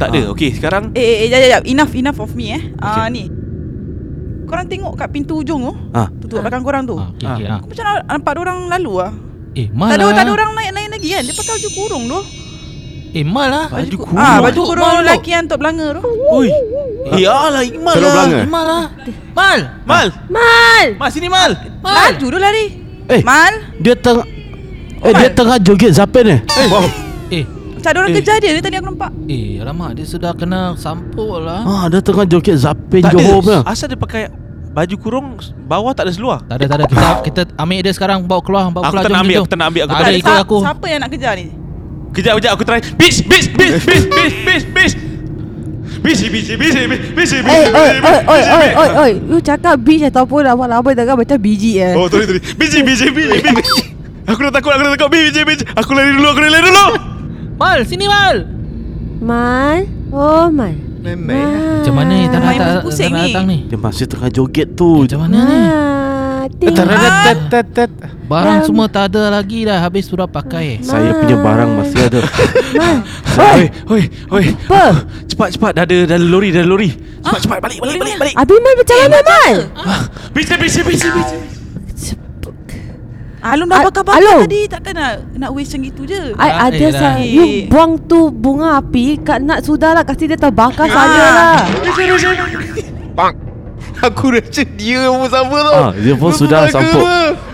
Speaker 5: Tak ada. Okey, sekarang
Speaker 3: Eh, eh, eh, jap, jap, jap. Enough, enough of me eh. Ah, ni. Korang tengok kat pintu ujung tu.
Speaker 10: Ah.
Speaker 3: Tutup belakang korang tu.
Speaker 9: Ah, okay, okay, ah.
Speaker 3: Aku macam nak nampak dia orang lalu ah.
Speaker 9: Eh,
Speaker 3: Tak
Speaker 9: malah.
Speaker 3: ada tak ada orang lain-lain lagi kan. Dia pakai baju kurung tu.
Speaker 9: Eh, malah.
Speaker 5: baju
Speaker 3: Ku-
Speaker 5: kurung.
Speaker 3: Ah, baju
Speaker 9: Tok
Speaker 3: kurung
Speaker 9: Mal,
Speaker 3: lelaki yang tok belanga tu.
Speaker 5: Oi. Eh, alah Iqmal
Speaker 4: Teruk
Speaker 5: lah.
Speaker 4: belanga.
Speaker 9: Malah. Mal.
Speaker 5: Mal.
Speaker 11: Mal!
Speaker 5: Mal sini Mal.
Speaker 3: Laju dia lari.
Speaker 10: Eh.
Speaker 3: Mal,
Speaker 10: Dia tengah Eh, dia tengah joget Zappen eh.
Speaker 9: Eh,
Speaker 3: macam ada orang kejar dia, dia tadi aku nampak.
Speaker 9: eh, alamak dia sudah kena sampul
Speaker 5: Ah.
Speaker 10: Ha,
Speaker 9: lah.
Speaker 10: dia tengah joget Zappen
Speaker 5: Tak
Speaker 10: Johor punya.
Speaker 11: lah.
Speaker 5: ada. Asal dia pakai baju kurung bawah tak ada seluar?
Speaker 9: Tak ada, tak ada. Kita, kita ambil dia sekarang. Bawa keluar, bawa
Speaker 5: Aku
Speaker 9: keluar.
Speaker 5: tak
Speaker 9: Jom,
Speaker 5: nak ambil,
Speaker 9: jom,
Speaker 5: aku tak nak ambil, aku
Speaker 9: Tak
Speaker 5: tak
Speaker 9: ada,
Speaker 5: nak
Speaker 9: ikut
Speaker 3: Sa-
Speaker 9: aku. Eh,
Speaker 3: Siapa yang nak kejar ni?
Speaker 5: Kejap kejap aku try. Bis bis bis bis bis bis bis. Busy busy busy busy busy busy.
Speaker 11: Eh, oi,
Speaker 5: busy,
Speaker 11: oi, oi,
Speaker 5: busy,
Speaker 11: oi,
Speaker 5: busy.
Speaker 11: oi, oi. You cakap bitch ataupun apa-apa tengah macam biji eh.
Speaker 5: Oh, sorry sorry. Busy busy busy busy. Aku dah takut, aku dah takut. Busy busy busy. Aku lari dulu, aku lari
Speaker 11: Eh.
Speaker 5: dulu.
Speaker 9: Mal, sini Mal.
Speaker 11: Mal. Oh, Mal. Mal.
Speaker 9: Macam mana ni tak
Speaker 3: Main
Speaker 9: datang
Speaker 3: Ah, pusing
Speaker 9: tak
Speaker 3: ni.
Speaker 9: datang ni?
Speaker 12: Dia masih tengah joget tu
Speaker 9: Eh, Macam mana ni?
Speaker 5: Eh,
Speaker 11: Mati. Dalam-
Speaker 9: Barang semua tak ada lagi dah habis sudah pakai.
Speaker 12: Saya punya barang masih ada
Speaker 11: Mal.
Speaker 5: Oi, oi, oi.
Speaker 11: Apa?
Speaker 5: Cepat cepat dah ada dah ada lori, dah ada lori. Cepat cepat balik, balik, balik, balik.
Speaker 11: Abi Mal macam mana Mal?
Speaker 5: Busy busy busy busy.
Speaker 3: Alung dah
Speaker 11: Al-
Speaker 3: bakar-bakar
Speaker 11: Alung.
Speaker 3: tadi Takkan nak, nak waste macam itu je
Speaker 11: I
Speaker 9: Ah,
Speaker 11: ada
Speaker 9: eh lah.
Speaker 11: saya. You buang tu bunga api kat nak sudah lah kasi dia terbakar
Speaker 3: Ah.
Speaker 11: saja lah.
Speaker 4: Aku rasa dia pun sama tau
Speaker 10: Ah, dia pun sudah sampuk.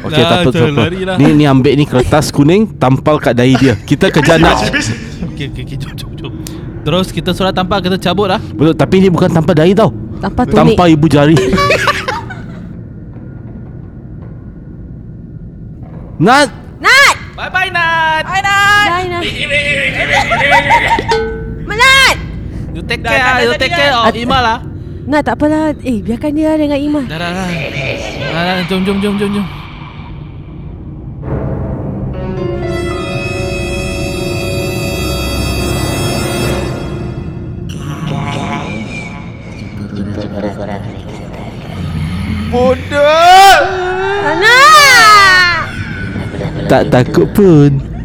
Speaker 10: Okey,
Speaker 9: Dah,
Speaker 10: tak apa,
Speaker 9: tu,
Speaker 10: tak apa.
Speaker 9: lari lah.
Speaker 10: Ni ni ambil ni kertas kuning tampal kat dahi dia. Kita kejar nak.
Speaker 9: Okey okey okey jom jom jom. Terus kita surat tampal kita cabut lah.
Speaker 10: Betul, tapi ni bukan tampal dahi tau.
Speaker 11: Tanpa tunik.
Speaker 10: Tampal ibu jari. Nat,
Speaker 9: Bye bye Nat.
Speaker 11: Zainal. Menat.
Speaker 9: You take care, ah, you take care of Imal lah.
Speaker 11: Nat tak apalah. Eh biarkan dia lah dengan Iman.
Speaker 9: Dah dah dah. Dah dah jom jom jom jom jom.
Speaker 3: Ah!
Speaker 11: Nat.
Speaker 10: tak takut pun.